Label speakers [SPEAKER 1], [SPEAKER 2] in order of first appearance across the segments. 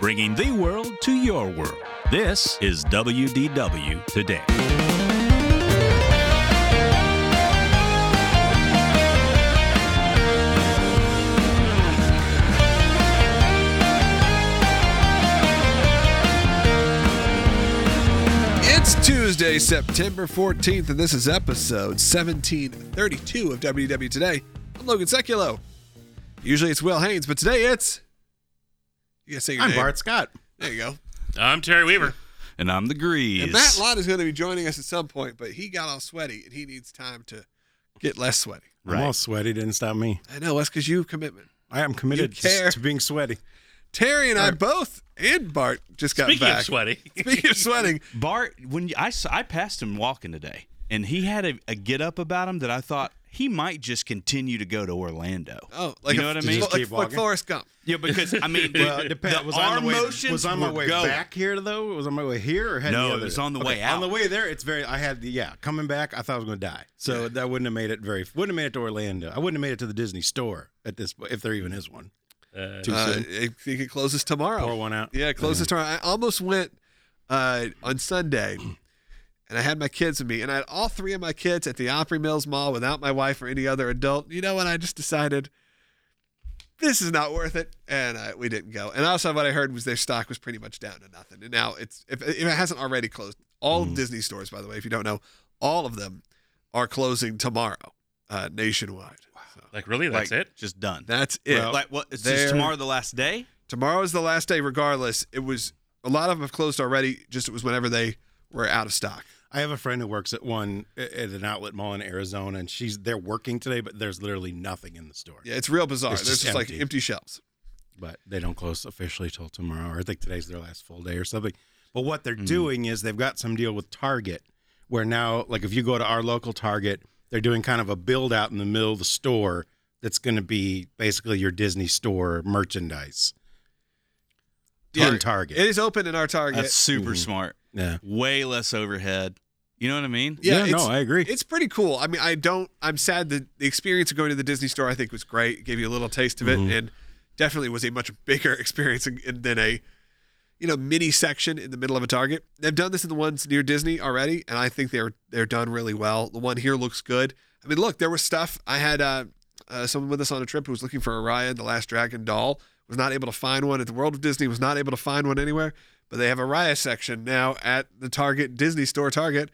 [SPEAKER 1] bringing the world to your world. This is WDW Today.
[SPEAKER 2] It's Tuesday, September 14th, and this is episode 1732 of WW Today. I'm Logan Seculo. Usually it's Will Haynes, but today it's. You gotta say your
[SPEAKER 3] I'm
[SPEAKER 2] name.
[SPEAKER 3] Bart Scott.
[SPEAKER 2] There you go.
[SPEAKER 4] I'm Terry Weaver.
[SPEAKER 1] And I'm the Grease.
[SPEAKER 2] And Matt Lott is going to be joining us at some point, but he got all sweaty and he needs time to get less sweaty.
[SPEAKER 3] I'm all
[SPEAKER 1] Right.
[SPEAKER 3] sweaty. Didn't stop me.
[SPEAKER 2] I know, that's because you have commitment.
[SPEAKER 3] I am committed
[SPEAKER 2] You care.
[SPEAKER 3] to, to being sweaty.
[SPEAKER 2] Terry and I both, and Bart, just got
[SPEAKER 4] Speaking
[SPEAKER 2] back.
[SPEAKER 4] of sweaty,
[SPEAKER 2] Speaking of sweating,
[SPEAKER 5] Bart, when you, I s- I passed him walking today, and he had a, a get up about him that I thought he might just continue to go to Orlando.
[SPEAKER 2] oh, like
[SPEAKER 5] you
[SPEAKER 2] a-
[SPEAKER 5] know what I
[SPEAKER 3] Did
[SPEAKER 5] mean?
[SPEAKER 3] just
[SPEAKER 2] like,
[SPEAKER 3] keep
[SPEAKER 2] like
[SPEAKER 3] walking.
[SPEAKER 2] Forrest Gump.
[SPEAKER 5] yeah, because I mean, the, the arm motions
[SPEAKER 3] was on my
[SPEAKER 5] were
[SPEAKER 3] way
[SPEAKER 5] going.
[SPEAKER 3] back here though? Was on my way here or heading
[SPEAKER 5] No,
[SPEAKER 3] the
[SPEAKER 5] it
[SPEAKER 3] other-
[SPEAKER 5] was on the
[SPEAKER 3] Okay,
[SPEAKER 5] way
[SPEAKER 3] On
[SPEAKER 5] out.
[SPEAKER 3] the way there, it's very. I had the yeah coming back. I thought I was going to die, so that wouldn't have made it very. Wouldn't have made it to Orlando. I wouldn't have made it to the Disney store at this if there even is one.
[SPEAKER 4] uh,
[SPEAKER 3] Too
[SPEAKER 2] Uh,
[SPEAKER 3] soon.
[SPEAKER 2] I think it closes tomorrow.
[SPEAKER 3] Pour one out.
[SPEAKER 2] Yeah, close this tomorrow. I almost went uh, on Sunday, and I had my kids with me, and I had all three of my kids at the Opry Mills Mall without my wife or any other adult. You know what? I just decided this is not worth it, and uh, we didn't go. And also, what I heard was their stock was pretty much down to nothing, and now it's if, if it hasn't already closed. All Disney stores, by the way, if you don't know, all of them are closing tomorrow uh, nationwide. So
[SPEAKER 4] like really, that's
[SPEAKER 5] Like,
[SPEAKER 4] it.
[SPEAKER 5] Just done.
[SPEAKER 2] that's it.
[SPEAKER 5] like what? Is
[SPEAKER 2] there-
[SPEAKER 5] this tomorrow the last day?
[SPEAKER 2] tomorrow is the last day regardless it was a lot of them have closed already just it was whenever they were out of stock
[SPEAKER 3] I have a friend who works at one at an outlet mall in Arizona, and she's they're working today, but there's literally nothing in the store.
[SPEAKER 2] yeah it's real bizarre
[SPEAKER 3] It's
[SPEAKER 2] there's
[SPEAKER 3] just
[SPEAKER 2] just like
[SPEAKER 3] empty.
[SPEAKER 2] empty shelves
[SPEAKER 3] but they don't close officially till tomorrow. Or I think today's their last full day or something. But what they're
[SPEAKER 2] Hmm.
[SPEAKER 3] doing is they've got some deal with Target where now, like if you go to our local Target, they're doing kind of a build out in the middle of the store that's going to be basically your Disney store merchandise in
[SPEAKER 2] Target.
[SPEAKER 3] Target.
[SPEAKER 2] it is open in our target
[SPEAKER 5] That's super smart.
[SPEAKER 3] yeah.
[SPEAKER 5] Way less overhead. You know what I mean?
[SPEAKER 2] yeah,
[SPEAKER 3] no,
[SPEAKER 2] it's-
[SPEAKER 3] I agree.
[SPEAKER 2] it's pretty cool i mean i don't i'm sad that the experience of going to the disney store i think was great gave you a little taste of it and definitely was a much bigger experience in- in- than a you know mini section in the middle of a target they've done this in the ones near disney already and i think they're they're done really well the one here looks good i mean look there was stuff i had uh, uh someone with us on a trip who was looking for Araya and the Last Dragon doll was not able to find one at the World of Disney was not able to find one anywhere but they have a Raya section now at the Target Disney store Target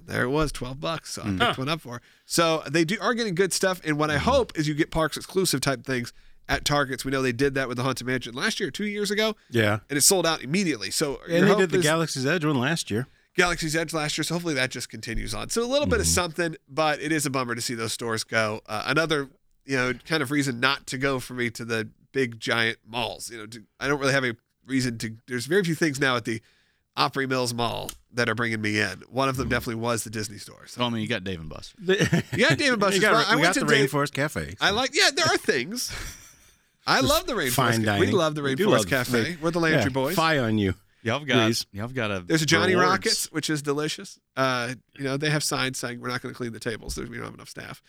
[SPEAKER 2] there it was 12 bucks so I
[SPEAKER 3] Mm.
[SPEAKER 2] picked one up for her. so they do are getting good stuff and what I
[SPEAKER 3] Mm-hmm.
[SPEAKER 2] hope is you get parks exclusive type things at Targets we know they did that with the Haunted Mansion last year 2 years ago
[SPEAKER 3] yeah.
[SPEAKER 2] and it sold out immediately so your
[SPEAKER 3] And they
[SPEAKER 2] hope
[SPEAKER 3] did the
[SPEAKER 2] is-
[SPEAKER 3] Galaxy's Edge one last year.
[SPEAKER 2] Galaxy's Edge last year, so hopefully that just continues on. So a little
[SPEAKER 3] Mm-hmm.
[SPEAKER 2] bit of something, but it is a bummer to see those stores go. Uh, another, you know, kind of reason not to go for me to the big giant malls. You know, to, I don't really have a reason to. There's very few things now at the Opry Mills Mall that are bringing me in. One
[SPEAKER 3] Mm-hmm.
[SPEAKER 2] of them definitely was the Disney store. So
[SPEAKER 5] Tell me you got Dave and Buster.
[SPEAKER 2] yeah, David Buster's.
[SPEAKER 3] we got,
[SPEAKER 2] fine. I
[SPEAKER 3] we
[SPEAKER 2] went
[SPEAKER 3] got the
[SPEAKER 2] to Dave-
[SPEAKER 3] Rainforest Cafe.
[SPEAKER 2] I like. Yeah, there are things. I love the
[SPEAKER 3] fine
[SPEAKER 2] Rainforest. Ca- We
[SPEAKER 3] dining.
[SPEAKER 2] love the
[SPEAKER 3] We do
[SPEAKER 2] Rainforest
[SPEAKER 3] love-
[SPEAKER 2] Cafe. We're the Landry
[SPEAKER 3] Yeah,
[SPEAKER 2] Boys.
[SPEAKER 3] Fie on you.
[SPEAKER 5] Y'all have got.
[SPEAKER 3] Please.
[SPEAKER 5] Y'all have got a.
[SPEAKER 2] There's a Johnny
[SPEAKER 5] rewards.
[SPEAKER 2] Rockets, which is delicious. Uh, you know, they have signs saying we're not going to clean the tables. There's, we don't have enough staff,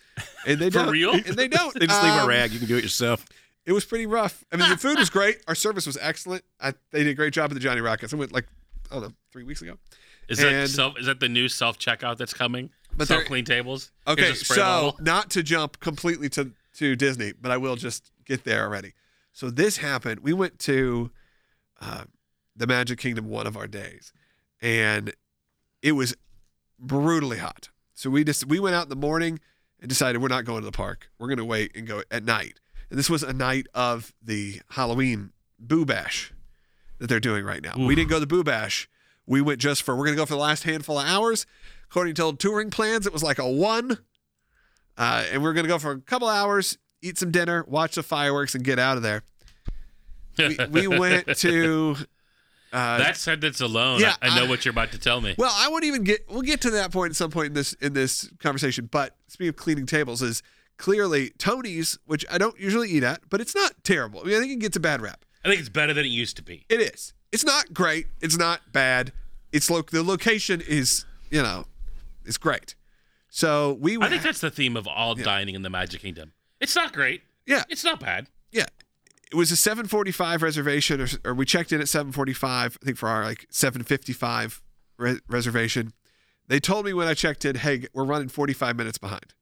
[SPEAKER 2] and they
[SPEAKER 4] For
[SPEAKER 2] don't.
[SPEAKER 4] real?
[SPEAKER 2] And they don't.
[SPEAKER 3] They just leave a
[SPEAKER 2] Um,
[SPEAKER 3] rag. You can do it yourself.
[SPEAKER 2] It was pretty rough. I mean, the food was great. Our service was excellent. I, they did a great job at the Johnny Rockets. I went like I don't know three weeks ago.
[SPEAKER 4] Is
[SPEAKER 2] And-
[SPEAKER 4] that self? Is that the new self checkout that's coming?
[SPEAKER 2] But there-
[SPEAKER 4] self clean tables. Here's
[SPEAKER 2] Okay,
[SPEAKER 4] a spray
[SPEAKER 2] so
[SPEAKER 4] bottle.
[SPEAKER 2] not to jump completely to to Disney, but I will just get there already. So this happened. We went to uh, the Magic Kingdom one of our days, and it was brutally hot. So we just we went out in the morning and decided we're not going to the park. We're going to wait and go at night. And this was a night of the Halloween Boo Bash that they're doing right now. We didn't go to the Boo Bash. We went just for we're going to go for the last handful of hours. According to old touring plans, it was like a one, uh, and we are going to go for a couple hours, eat some dinner, watch the fireworks, and get out of there. We, we went to. Uh,
[SPEAKER 4] that sentence alone,
[SPEAKER 2] yeah,
[SPEAKER 4] I, I know
[SPEAKER 2] I-
[SPEAKER 4] what you're about to tell me.
[SPEAKER 2] well, I won't even get. We'll get to that point at some point in this in this conversation. But speaking of cleaning tables, is clearly Tony's, which I don't usually eat at, but it's not terrible. I mean, I think it gets a bad rap.
[SPEAKER 4] I think it's better than it used to be.
[SPEAKER 2] It is. It's not great. It's not bad. It's lo- the location is you know, it's great. So we
[SPEAKER 4] I think that's the theme of all dining in the Magic Kingdom. It's not great.
[SPEAKER 2] yeah
[SPEAKER 4] It's not bad.
[SPEAKER 2] yeah. it was a 7:45 reservation, or, or we checked in at 7:45. I think for our like 7:55 re- reservation, they told me when I checked in, "Hey, we're running 45 minutes behind."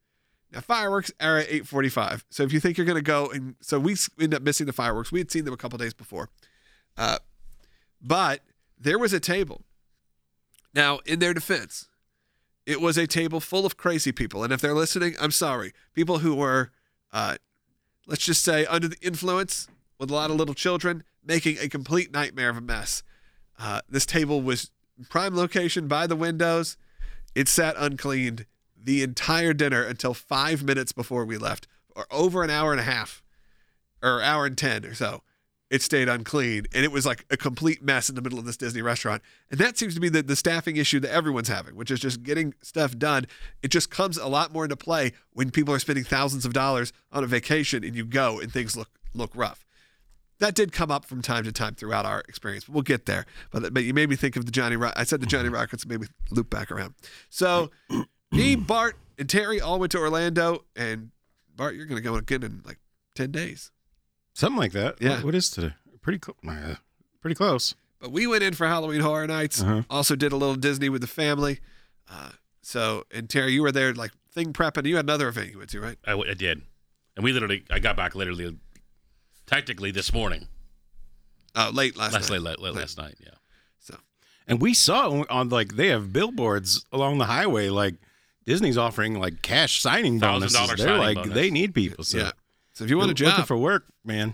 [SPEAKER 2] Now fireworks are at 8:45, so if you think you're gonna go, and so we s- end up missing the fireworks. We had seen them a couple days before, uh, but there was a table. Now, in their defense, it was a table full of crazy people, and if they're listening, I'm sorry, people who were. Uh, let's just say under the influence with a lot of little children, making a complete nightmare of a mess. Uh, this table was prime location by the windows. It sat uncleaned the entire dinner until five minutes before we left, or over an hour and a half, or hour and ten or so. It stayed unclean, and it was like a complete mess in the middle of this Disney restaurant. And that seems to be the, the staffing issue that everyone's having, which is just getting stuff done. It just comes a lot more into play when people are spending thousands of dollars on a vacation, and you go and things look look rough. That did come up from time to time throughout our experience. But we'll get there. But but you made me think of the Johnny. Ro- I said the Johnny Rockets made me loop back around. So me, Bart, and Terry all went to Orlando, and Bart, you're gonna go again in like ten days.
[SPEAKER 3] Something like that.
[SPEAKER 2] Yeah.
[SPEAKER 3] What- what is today? Pretty close. pretty close.
[SPEAKER 2] But we went in for Halloween Horror Nights.
[SPEAKER 3] Uh-huh.
[SPEAKER 2] Also did a little Disney with the family. Uh, so and Terry, you were there like thing prepping. You had another event you went to, right?
[SPEAKER 4] I, w- I did, and we literally. I got back literally, technically this morning.
[SPEAKER 2] Uh, late last,
[SPEAKER 4] Last
[SPEAKER 2] night.
[SPEAKER 4] late, late, late last night. Yeah.
[SPEAKER 2] So
[SPEAKER 3] And we saw on like they have billboards along the highway. Like Disney's offering like cash signing
[SPEAKER 4] $1,000
[SPEAKER 3] bonuses. They're
[SPEAKER 4] signing
[SPEAKER 3] like
[SPEAKER 4] bonus.
[SPEAKER 3] they need people. So
[SPEAKER 2] yeah. So if you want a
[SPEAKER 3] looking
[SPEAKER 2] job,
[SPEAKER 3] for work, man.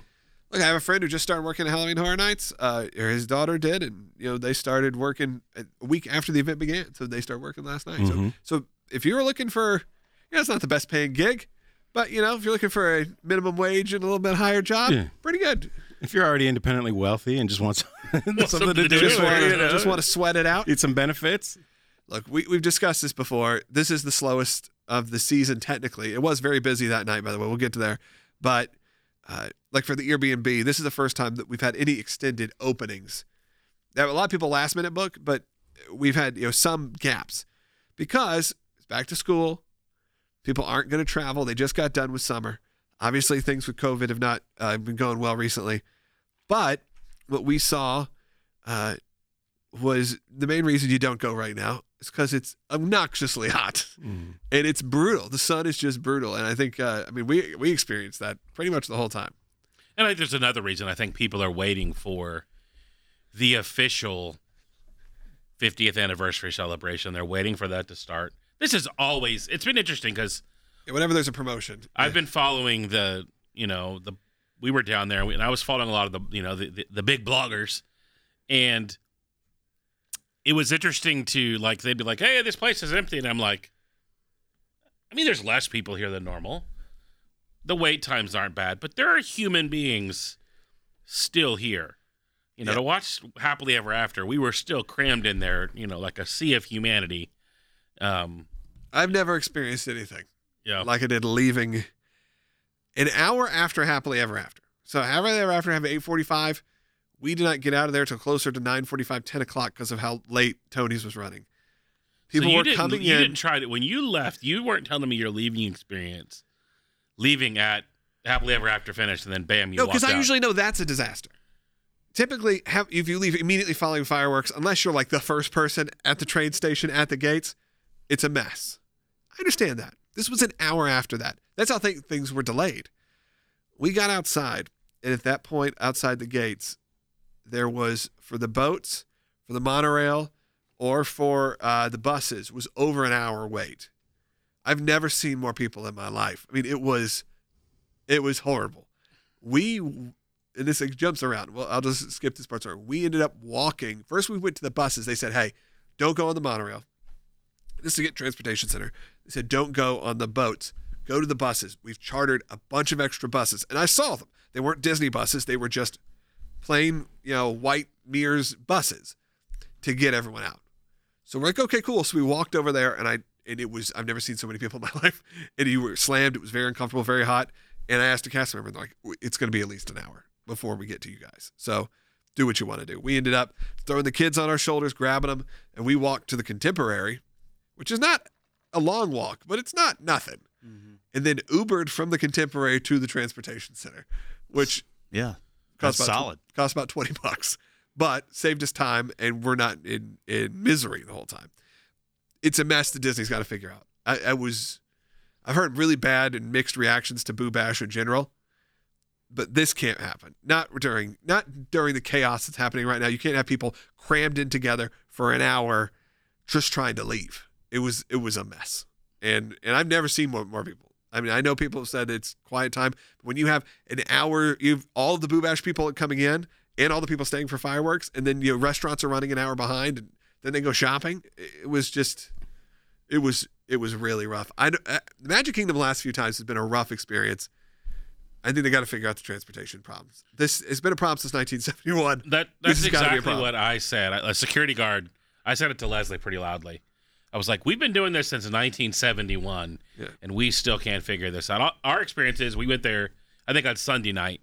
[SPEAKER 2] Look, I have a friend who just started working at Halloween Horror Nights, uh, or his daughter did, and you know they started working a week after the event began, so they started working last night.
[SPEAKER 3] Mhm.
[SPEAKER 2] So, so if you're looking for, you know, it's not the best paying gig, but you know if you're looking for a minimum wage and a little bit higher job,
[SPEAKER 3] Yeah.
[SPEAKER 2] pretty good.
[SPEAKER 3] If you're already independently wealthy and just want some- something, to do,
[SPEAKER 2] Just,
[SPEAKER 4] Yeah,
[SPEAKER 2] want,
[SPEAKER 4] you know.
[SPEAKER 2] just want to sweat it out.
[SPEAKER 3] eat some benefits.
[SPEAKER 2] Look, we, we've discussed this before. This is the slowest of the season, technically. It was very busy that night, by the way. We'll get to there. But, uh, like for the Airbnb, this is the first time that we've had any extended openings. Now, a lot of people last minute book, but we've had you know some gaps because it's back to school. People aren't going to travel. They just got done with summer. Obviously, things with COVID have not uh, been going well recently. But what we saw uh, was the main reason you don't go right now is because it's obnoxiously hot and it's brutal. The sun is just brutal, and I think uh, I mean we we experienced that pretty much the whole time.
[SPEAKER 4] And I think there's another reason. I think people are waiting for the official 50th anniversary celebration. They're waiting for that to start. This is always. It's been interesting because
[SPEAKER 2] Yeah, whenever there's a promotion,
[SPEAKER 4] I've been following the. You know the. We were down there, and I was following a lot of the. You know the the, the big bloggers, and it was interesting to like they'd be like, "Hey, this place is empty," and I'm like, "I mean, there's less people here than normal. The wait times aren't bad, but there are human beings still here. You know, to watch Happily Ever After, we were still crammed in there. You know, like a sea of humanity. Um,
[SPEAKER 2] I've never experienced anything
[SPEAKER 4] yeah,
[SPEAKER 2] like I did leaving an hour after Happily Ever After. So Happily Ever After have eight forty five. We did not get out of there till closer to 9.45, 10 o'clock because of how late Tony's was running. People
[SPEAKER 4] so you
[SPEAKER 2] were
[SPEAKER 4] didn't,
[SPEAKER 2] coming
[SPEAKER 4] you
[SPEAKER 2] in.
[SPEAKER 4] didn't try to when you left. You weren't telling me your leaving experience, leaving at happily ever after finished, and then bam, you
[SPEAKER 2] No,
[SPEAKER 4] walked
[SPEAKER 2] because I
[SPEAKER 4] out.
[SPEAKER 2] usually know that's a disaster. Typically, have, if you leave immediately following fireworks, unless you're like the first person at the train station at the gates, it's a mess. I understand that. This was an hour after that. That's how th- things were delayed. We got outside, and at that point, outside the gates, there was for the boats, for the monorail, or for uh, the buses was over an hour wait. I've never seen more people in my life. I mean, it was, it was horrible we and this like, jumps around. Well, I'll just skip this part. Sorry. We ended up walking. First, we went to the buses. They said, "Hey, don't go on the monorail." This is to get transportation center. They said, "Don't go on the boats. Go to the buses." We've chartered a bunch of extra buses, and I saw them. They weren't Disney buses. They were just plain, you know, white mirrors buses to get everyone out. So we're like, okay, cool. So we walked over there, and I and it was I've never seen so many people in my life. And you were slammed. It was very uncomfortable, very hot. And I asked a cast member, and they're like, "W- it's going to be at least an hour before we get to you guys. So do what you want to do. We ended up throwing the kids on our shoulders, grabbing them, and we walked to the Contemporary, which is not a long walk, but it's not nothing. And then Ubered from the Contemporary to the Transportation Center, which
[SPEAKER 5] Yeah.
[SPEAKER 2] Cost
[SPEAKER 5] That's
[SPEAKER 2] about tw-
[SPEAKER 5] solid.
[SPEAKER 2] cost about 20 bucks, but saved us time and we're not in, in misery the whole time. It's a mess that Disney's got to figure out. I, I was, I've heard really bad and mixed reactions to Boo Bash in general, but this can't happen. Not during, not during the chaos that's happening right now. You can't have people crammed in together for an hour just trying to leave. It was, it was a mess. And, and I've never seen more, more people. I mean, I know people have said it's quiet time. But when you have an hour, you've all the Boo Bash people coming in and all the people staying for fireworks, and then you know, restaurants are running an hour behind, and then they go shopping. It was just, it was, it was really rough. I d- uh, the Magic Kingdom last few times has been a rough experience. I think they got to figure out the transportation problems. This it's been a problem since 1971.
[SPEAKER 4] That
[SPEAKER 2] This
[SPEAKER 4] that's
[SPEAKER 2] has gotta be a
[SPEAKER 4] exactly
[SPEAKER 2] problem.
[SPEAKER 4] what I said. I- A security guard. I said it to Leslie pretty loudly. I was like, "We've been doing this since 1971,
[SPEAKER 2] Yeah.
[SPEAKER 4] and we still can't figure this out." Our- Our experience is we went there. I think on Sunday night,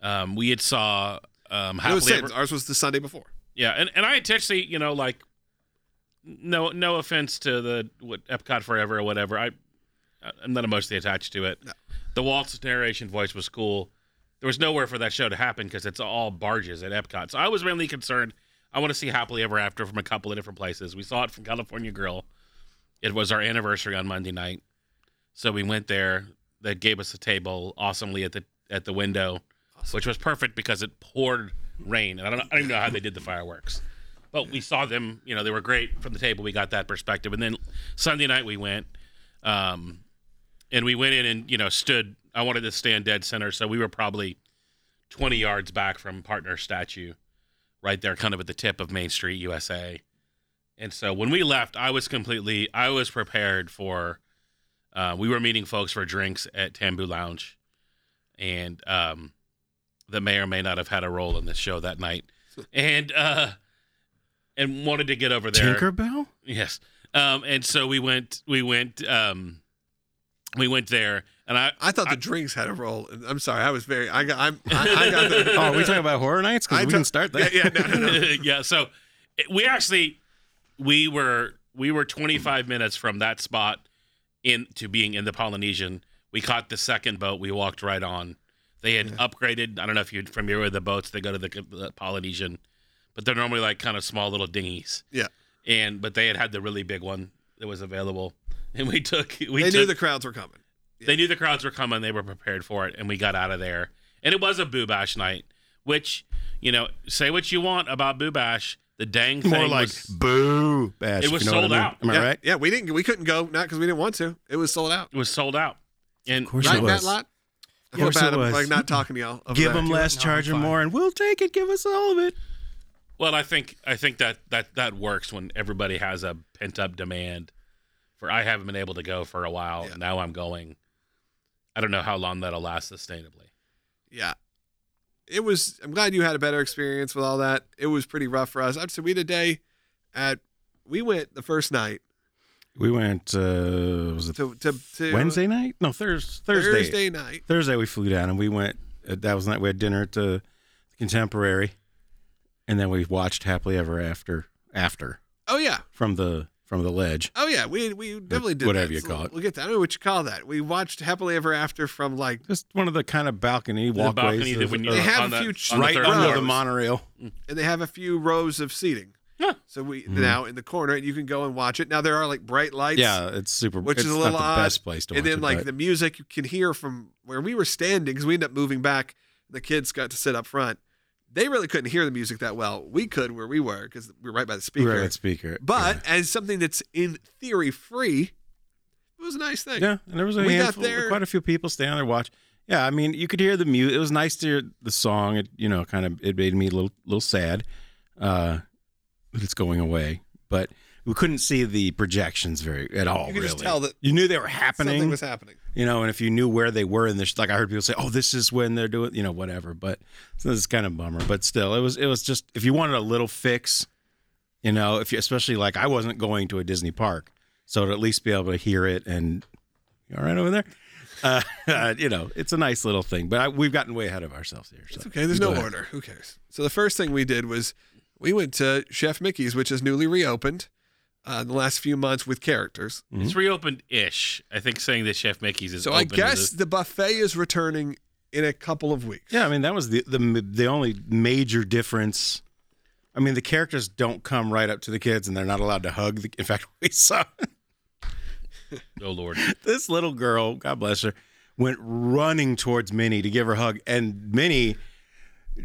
[SPEAKER 4] um, we had saw um,
[SPEAKER 2] It was
[SPEAKER 4] Happily
[SPEAKER 2] same.
[SPEAKER 4] Ever-
[SPEAKER 2] Ours was the Sunday before.
[SPEAKER 4] yeah, and, and I intentionally, you know, like, no no offense to the what Epcot Forever or whatever. I I'm not emotionally attached to it. The Walt's narration voice was cool. There was nowhere for that show to happen because it's all barges at Epcot. So I was mainly concerned. I want to see Happily Ever After from a couple of different places. We saw it from California Grill. It was our anniversary on Monday night, so we went there. They gave us a table awesomely at the at the window, which was perfect because it poured rain. And I don't know, I don't even know how they did the fireworks, but we saw them. You know, they were great from the table. We got that perspective. And then Sunday night we went. Um, and we went in and you know stood i wanted to stand dead center so we were probably 20 yards back from partner statue right there kind of at the tip of main street usa and so when we left i was completely i was prepared for uh, we were meeting folks for drinks at tambu lounge and um, that may or may not have had a role in this show that night and uh and wanted to get over there
[SPEAKER 3] Tinkerbell?
[SPEAKER 4] Yes. Um, and so we went, we went, um, we went there, and I,
[SPEAKER 2] I thought the drinks had a role. and I'm sorry, I was very. I got. I'm. I, I got the.
[SPEAKER 3] Oh, are we talking about horror nights? Because
[SPEAKER 2] I
[SPEAKER 3] we
[SPEAKER 2] took-
[SPEAKER 3] can start that.
[SPEAKER 2] Yeah, yeah, no, no, no.
[SPEAKER 4] yeah. So it- we actually, we were, we were 25 minutes from that spot in to being in the Polynesian. We caught the second boat. We walked right on. They had upgraded. I don't know if you're familiar with the boats. They go to the, the Polynesian, but they're normally like kind of small little dinghies.
[SPEAKER 2] Yeah.
[SPEAKER 4] And but they had had the really big one that was available, and we took we
[SPEAKER 2] They
[SPEAKER 4] took,
[SPEAKER 2] knew the crowds were coming.
[SPEAKER 4] They knew the crowds were coming. They were prepared for it, and we got out of there. And it was a boo bash night, which you know, say what you want about boo bash, the dang thing
[SPEAKER 3] More like
[SPEAKER 4] was,
[SPEAKER 3] boo bash.
[SPEAKER 4] It
[SPEAKER 3] if
[SPEAKER 4] was
[SPEAKER 3] you know what I
[SPEAKER 4] sold
[SPEAKER 3] mean.
[SPEAKER 4] out.
[SPEAKER 3] Am I
[SPEAKER 2] yeah,
[SPEAKER 3] right?
[SPEAKER 2] Yeah, we didn't. We couldn't go not because we didn't want to. It was sold out.
[SPEAKER 4] it was sold out. And
[SPEAKER 3] course
[SPEAKER 2] Right,
[SPEAKER 3] it
[SPEAKER 2] Matt
[SPEAKER 3] was.
[SPEAKER 2] Lott. I feel
[SPEAKER 3] course
[SPEAKER 2] bad.
[SPEAKER 3] it
[SPEAKER 2] I'm
[SPEAKER 3] was.
[SPEAKER 2] like not talking to y'all. over
[SPEAKER 3] Give
[SPEAKER 2] that.
[SPEAKER 3] them less, charge them more, and we'll take it. Give us all of it.
[SPEAKER 4] well, I think I think that that that works when everybody has a pent up demand. For I haven't been able to go for a while.
[SPEAKER 2] Yeah.
[SPEAKER 4] Now I'm going. I don't know how long that'll last sustainably.
[SPEAKER 2] Yeah. It was. I'm glad you had a better experience with all that. It was pretty rough for us. I'd say we had a day at. We went the first night
[SPEAKER 3] We went. Uh, was it
[SPEAKER 2] to to, to
[SPEAKER 3] Wednesday night? No, Thursday. Thursday. Thursday.
[SPEAKER 2] Thursday night.
[SPEAKER 3] we flew down and we went. Uh, that was the night we had dinner at the Contemporary, and then we watched Happily Ever After. After
[SPEAKER 2] Oh yeah.
[SPEAKER 3] from the from the ledge.
[SPEAKER 2] Oh yeah. We we definitely did
[SPEAKER 3] whatever
[SPEAKER 2] that.
[SPEAKER 3] you
[SPEAKER 2] So
[SPEAKER 3] call it.
[SPEAKER 2] We'll get that. I don't know what you call that. We watched happily ever after from like
[SPEAKER 3] Just one of the kind of balcony
[SPEAKER 4] The
[SPEAKER 3] walkways.
[SPEAKER 4] balcony that
[SPEAKER 3] of-
[SPEAKER 4] when you
[SPEAKER 2] They
[SPEAKER 3] of-
[SPEAKER 2] have
[SPEAKER 4] on
[SPEAKER 2] a
[SPEAKER 4] the-
[SPEAKER 2] few
[SPEAKER 4] on the
[SPEAKER 3] right
[SPEAKER 4] third
[SPEAKER 2] rows.
[SPEAKER 3] under
[SPEAKER 4] floor.
[SPEAKER 3] the monorail.
[SPEAKER 2] and they have a few rows of seating.
[SPEAKER 4] Yeah.
[SPEAKER 2] So we
[SPEAKER 3] Mm-hmm.
[SPEAKER 2] now in the corner, and you can go and watch it. Now there are like bright lights.
[SPEAKER 3] yeah, it's super.
[SPEAKER 2] which
[SPEAKER 3] it's
[SPEAKER 2] is a
[SPEAKER 3] not
[SPEAKER 2] little
[SPEAKER 3] the
[SPEAKER 2] odd.
[SPEAKER 3] best place to
[SPEAKER 2] and
[SPEAKER 3] watch
[SPEAKER 2] then
[SPEAKER 3] it,
[SPEAKER 2] like
[SPEAKER 3] but-
[SPEAKER 2] the music you can hear from where we were standing because we ended up moving back. The kids got to sit up front. They really couldn't hear the music that well. We could where we were because we were right by the speaker.
[SPEAKER 3] Right, speaker.
[SPEAKER 2] But as something that's in theory free, it was a nice
[SPEAKER 3] yeah,
[SPEAKER 2] thing.
[SPEAKER 3] yeah and there was a
[SPEAKER 2] We got
[SPEAKER 3] handful,
[SPEAKER 2] there-
[SPEAKER 3] quite a few people standing there watch. Yeah, I mean, you could hear the music. It was nice to hear the song. It you know kind of it made me a little little sad uh, that it's going away, but we couldn't see the projections very at all.
[SPEAKER 2] You could
[SPEAKER 3] really,
[SPEAKER 2] just tell that
[SPEAKER 3] you knew they were
[SPEAKER 2] Something
[SPEAKER 3] happening.
[SPEAKER 2] was happening.
[SPEAKER 3] you know, and if you knew where they were in this, like I heard people say, "Oh, this is when they're doing," you know, whatever. But so this is kind of bummer. But still, it was it was just if you wanted a little fix, you know, if you especially like I wasn't going to a Disney park, so to at least be able to hear it and you all right over there, uh, you know, it's a nice little thing. But I, we've gotten way ahead of ourselves here. So.
[SPEAKER 2] It's okay. There's
[SPEAKER 3] Go
[SPEAKER 2] no
[SPEAKER 3] ahead.
[SPEAKER 2] order. Who cares? So the first thing we did was we went to Chef Mickey's, which is newly reopened uh, in the last few months with characters.
[SPEAKER 4] It's reopened ish. I think saying that Chef Mickey's is
[SPEAKER 2] So I
[SPEAKER 4] open is a-
[SPEAKER 2] guess the buffet is returning in a couple of weeks.
[SPEAKER 3] Yeah, I mean that was the the the only major difference. I mean the characters don't come right up to the kids, and they're not allowed to hug. The, in fact, we saw
[SPEAKER 4] Oh lord.
[SPEAKER 3] this little girl, God bless her, went running towards Minnie to give her a hug, and Minnie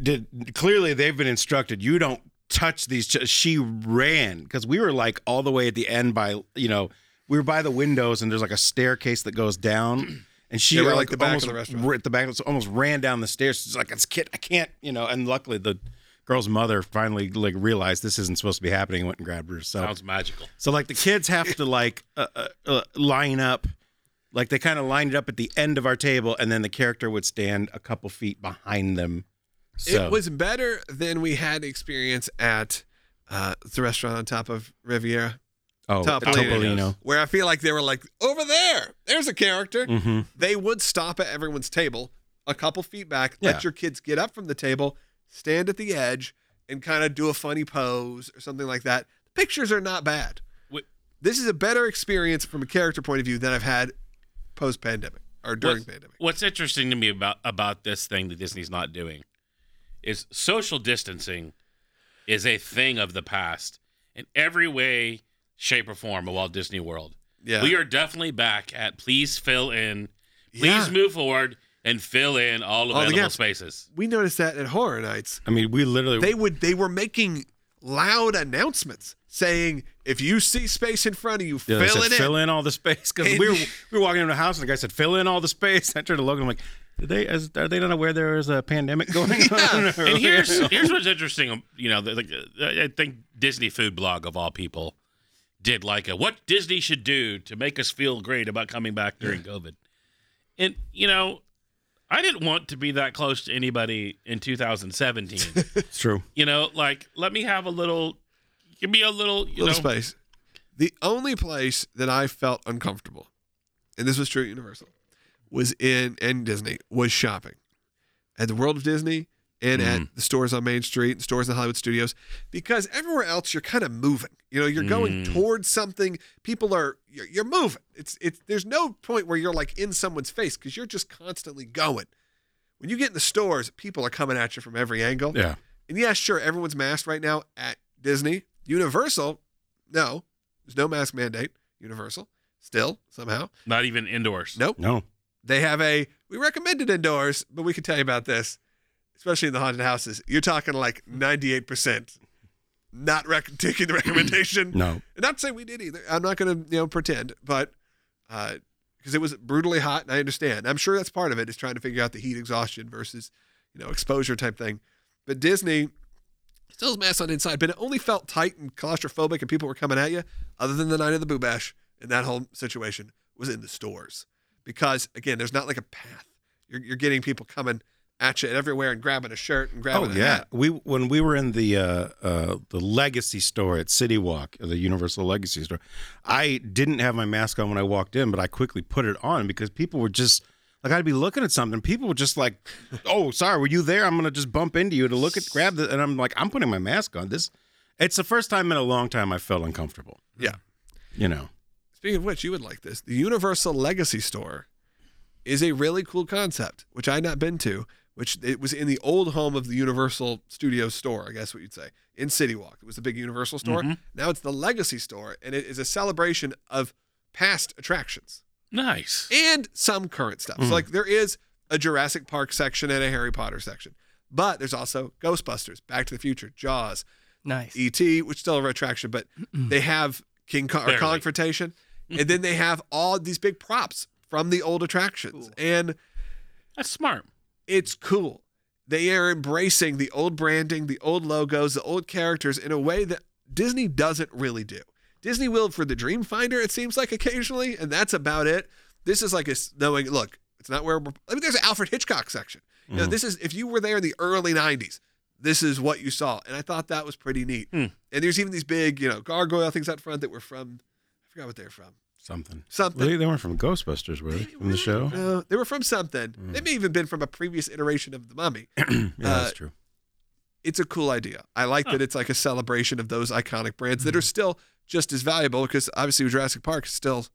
[SPEAKER 3] did clearly they've been instructed you don't touch these. Ch-. She ran because we were like all the way at the end by you know we were by the windows, and there's like a staircase that goes down. And she
[SPEAKER 2] They were, like, the back of
[SPEAKER 3] almost
[SPEAKER 2] the restaurant.
[SPEAKER 3] r- at the back, so almost ran down the stairs. She's like, "This kid, I can't," you know. And luckily, the girl's mother finally like realized this isn't supposed to be happening and went and grabbed her. So
[SPEAKER 4] Sounds magical.
[SPEAKER 3] so like the kids have to like uh, uh, uh, line up, like they kind of lined up at the end of our table, and then the character would stand a couple feet behind them. So
[SPEAKER 2] It was better than we had experience at uh, the restaurant on top of Riviera,
[SPEAKER 3] oh,
[SPEAKER 2] Topolino,
[SPEAKER 3] Topolino.
[SPEAKER 2] where I feel like they were like, over there, there's a character.
[SPEAKER 4] Mm.
[SPEAKER 3] Mm-hmm.
[SPEAKER 2] They would stop at everyone's table a couple feet back,
[SPEAKER 3] Yeah.
[SPEAKER 2] let your kids get up from the table, stand at the edge, and kind of do a funny pose or something like that. Pictures are not bad.
[SPEAKER 4] Wait.
[SPEAKER 2] This is a better experience from a character point of view than I've had post pandemic or during
[SPEAKER 4] What's-
[SPEAKER 2] pandemic.
[SPEAKER 4] What's interesting to me about about this thing that Disney's not doing is social distancing is a thing of the past in every way, shape, or form of Walt Disney World.
[SPEAKER 2] Yeah.
[SPEAKER 4] We are definitely back at please fill in, please
[SPEAKER 2] Yeah. Oh,
[SPEAKER 4] move forward and fill in all
[SPEAKER 2] All the
[SPEAKER 4] available
[SPEAKER 2] gaps.
[SPEAKER 4] spaces.
[SPEAKER 2] we noticed that at Horror Nights.
[SPEAKER 3] I mean, we literally
[SPEAKER 2] they would they were making loud announcements saying if you see space in front of you
[SPEAKER 3] Yeah, they
[SPEAKER 2] fill
[SPEAKER 3] said,
[SPEAKER 2] it
[SPEAKER 3] fill
[SPEAKER 2] in
[SPEAKER 3] in all the space because
[SPEAKER 2] And-
[SPEAKER 3] we were we were walking into the house and the guy said fill in all the space. I turned to Logan, I'm like, Did they is, are they not aware there is a pandemic going on?
[SPEAKER 4] And here's here's what's interesting. um, You know, like uh, I think Disney Food Blog of all people did like a what Disney should do to make us feel great about coming back during COVID. And you know, I didn't want to be that close to anybody in 2017.
[SPEAKER 3] it's true.
[SPEAKER 4] you know, like let me have a little, give me a little, you
[SPEAKER 2] little
[SPEAKER 4] know,
[SPEAKER 2] space the only place that i felt uncomfortable and this was true at universal was in and disney was shopping at the world of disney and
[SPEAKER 4] Mm-hmm.
[SPEAKER 2] at the stores on main street and stores in hollywood studios because everywhere else you're kind of moving you know you're going
[SPEAKER 4] Mm.
[SPEAKER 2] towards something people are you're, you're moving it's it's there's no point where you're like in someone's face because you're just constantly going when you get in the stores, people are coming at you from every angle.
[SPEAKER 3] Yeah.
[SPEAKER 2] And yeah, sure, everyone's masked right now at Disney. Universal, no, there's no mask mandate. Universal, still, somehow.
[SPEAKER 4] not even indoors.
[SPEAKER 2] Nope.
[SPEAKER 3] No.
[SPEAKER 2] They have a, we recommend it indoors, but we can tell you about this, especially in the haunted houses. You're talking like 98% not rec- taking the recommendation.
[SPEAKER 3] No.
[SPEAKER 2] And not to say we did either. I'm not going to you know pretend, but because it was brutally hot, and I understand. I'm sure that's part of it is trying to figure out the heat exhaustion versus you know exposure type thing. But Disney still has masks on inside, but it only felt tight and claustrophobic, and people were coming at you. Other than the night of the Boo Bash, and that whole situation was in the stores because again, there's not like a path. You're, you're getting people coming at you everywhere and grabbing a shirt and grabbing
[SPEAKER 3] Oh
[SPEAKER 2] a
[SPEAKER 3] yeah,
[SPEAKER 2] hat.
[SPEAKER 3] we when we were in the uh, uh, the Legacy store at City Walk, the Universal Legacy store, I didn't have my mask on when I walked in, but I quickly put it on because people were just like I'd be looking at something, people were just like, "Oh, sorry, were you there?" I'm gonna just bump into you to look at grab the, and I'm like, I'm putting my mask on. This, it's the first time in a long time I felt uncomfortable.
[SPEAKER 2] Yeah.
[SPEAKER 3] You know,
[SPEAKER 2] Speaking of which, you would like this. The Universal Legacy Store is a really cool concept, which I had not been to, which it was in the old home of the Universal Studios store, I guess what you'd say, in City Walk. It was the big Universal store. Now it's the Legacy Store, and it is a celebration of past attractions
[SPEAKER 4] Nice.
[SPEAKER 2] and some current stuff. So like there is a Jurassic Park section and a Harry Potter section. But there's also Ghostbusters, Back to the Future, Jaws,
[SPEAKER 6] Nice.
[SPEAKER 2] E.T., which is still a retraction, but they have King Kong or
[SPEAKER 4] Barely.
[SPEAKER 2] Confrontation, and then they have all these big props from the old attractions, and
[SPEAKER 4] That's smart.
[SPEAKER 2] it's cool. They are embracing the old branding, the old logos, the old characters in a way that Disney doesn't really do. Disney will for the Dreamfinder, it seems like occasionally, and that's about it. This is like a s- knowing. Look, it's not where. We're, I mean, there's an Alfred Hitchcock section. You know, this is if you were there in the early '90s, this is what you saw, and I thought that was pretty neat. And there's even these big, you know, gargoyle things out front that were from. I forgot what they're from.
[SPEAKER 3] something.
[SPEAKER 2] Something.
[SPEAKER 3] They, they weren't from Ghostbusters, were they? From the show? Yeah,
[SPEAKER 2] No, they were from something. They may have even been from a previous iteration of the Mummy.
[SPEAKER 3] that's true.
[SPEAKER 2] it's a cool idea. I like that it's like a celebration of those iconic brands
[SPEAKER 3] Mm-hmm.
[SPEAKER 2] that are still just as valuable because obviously with Jurassic Park is still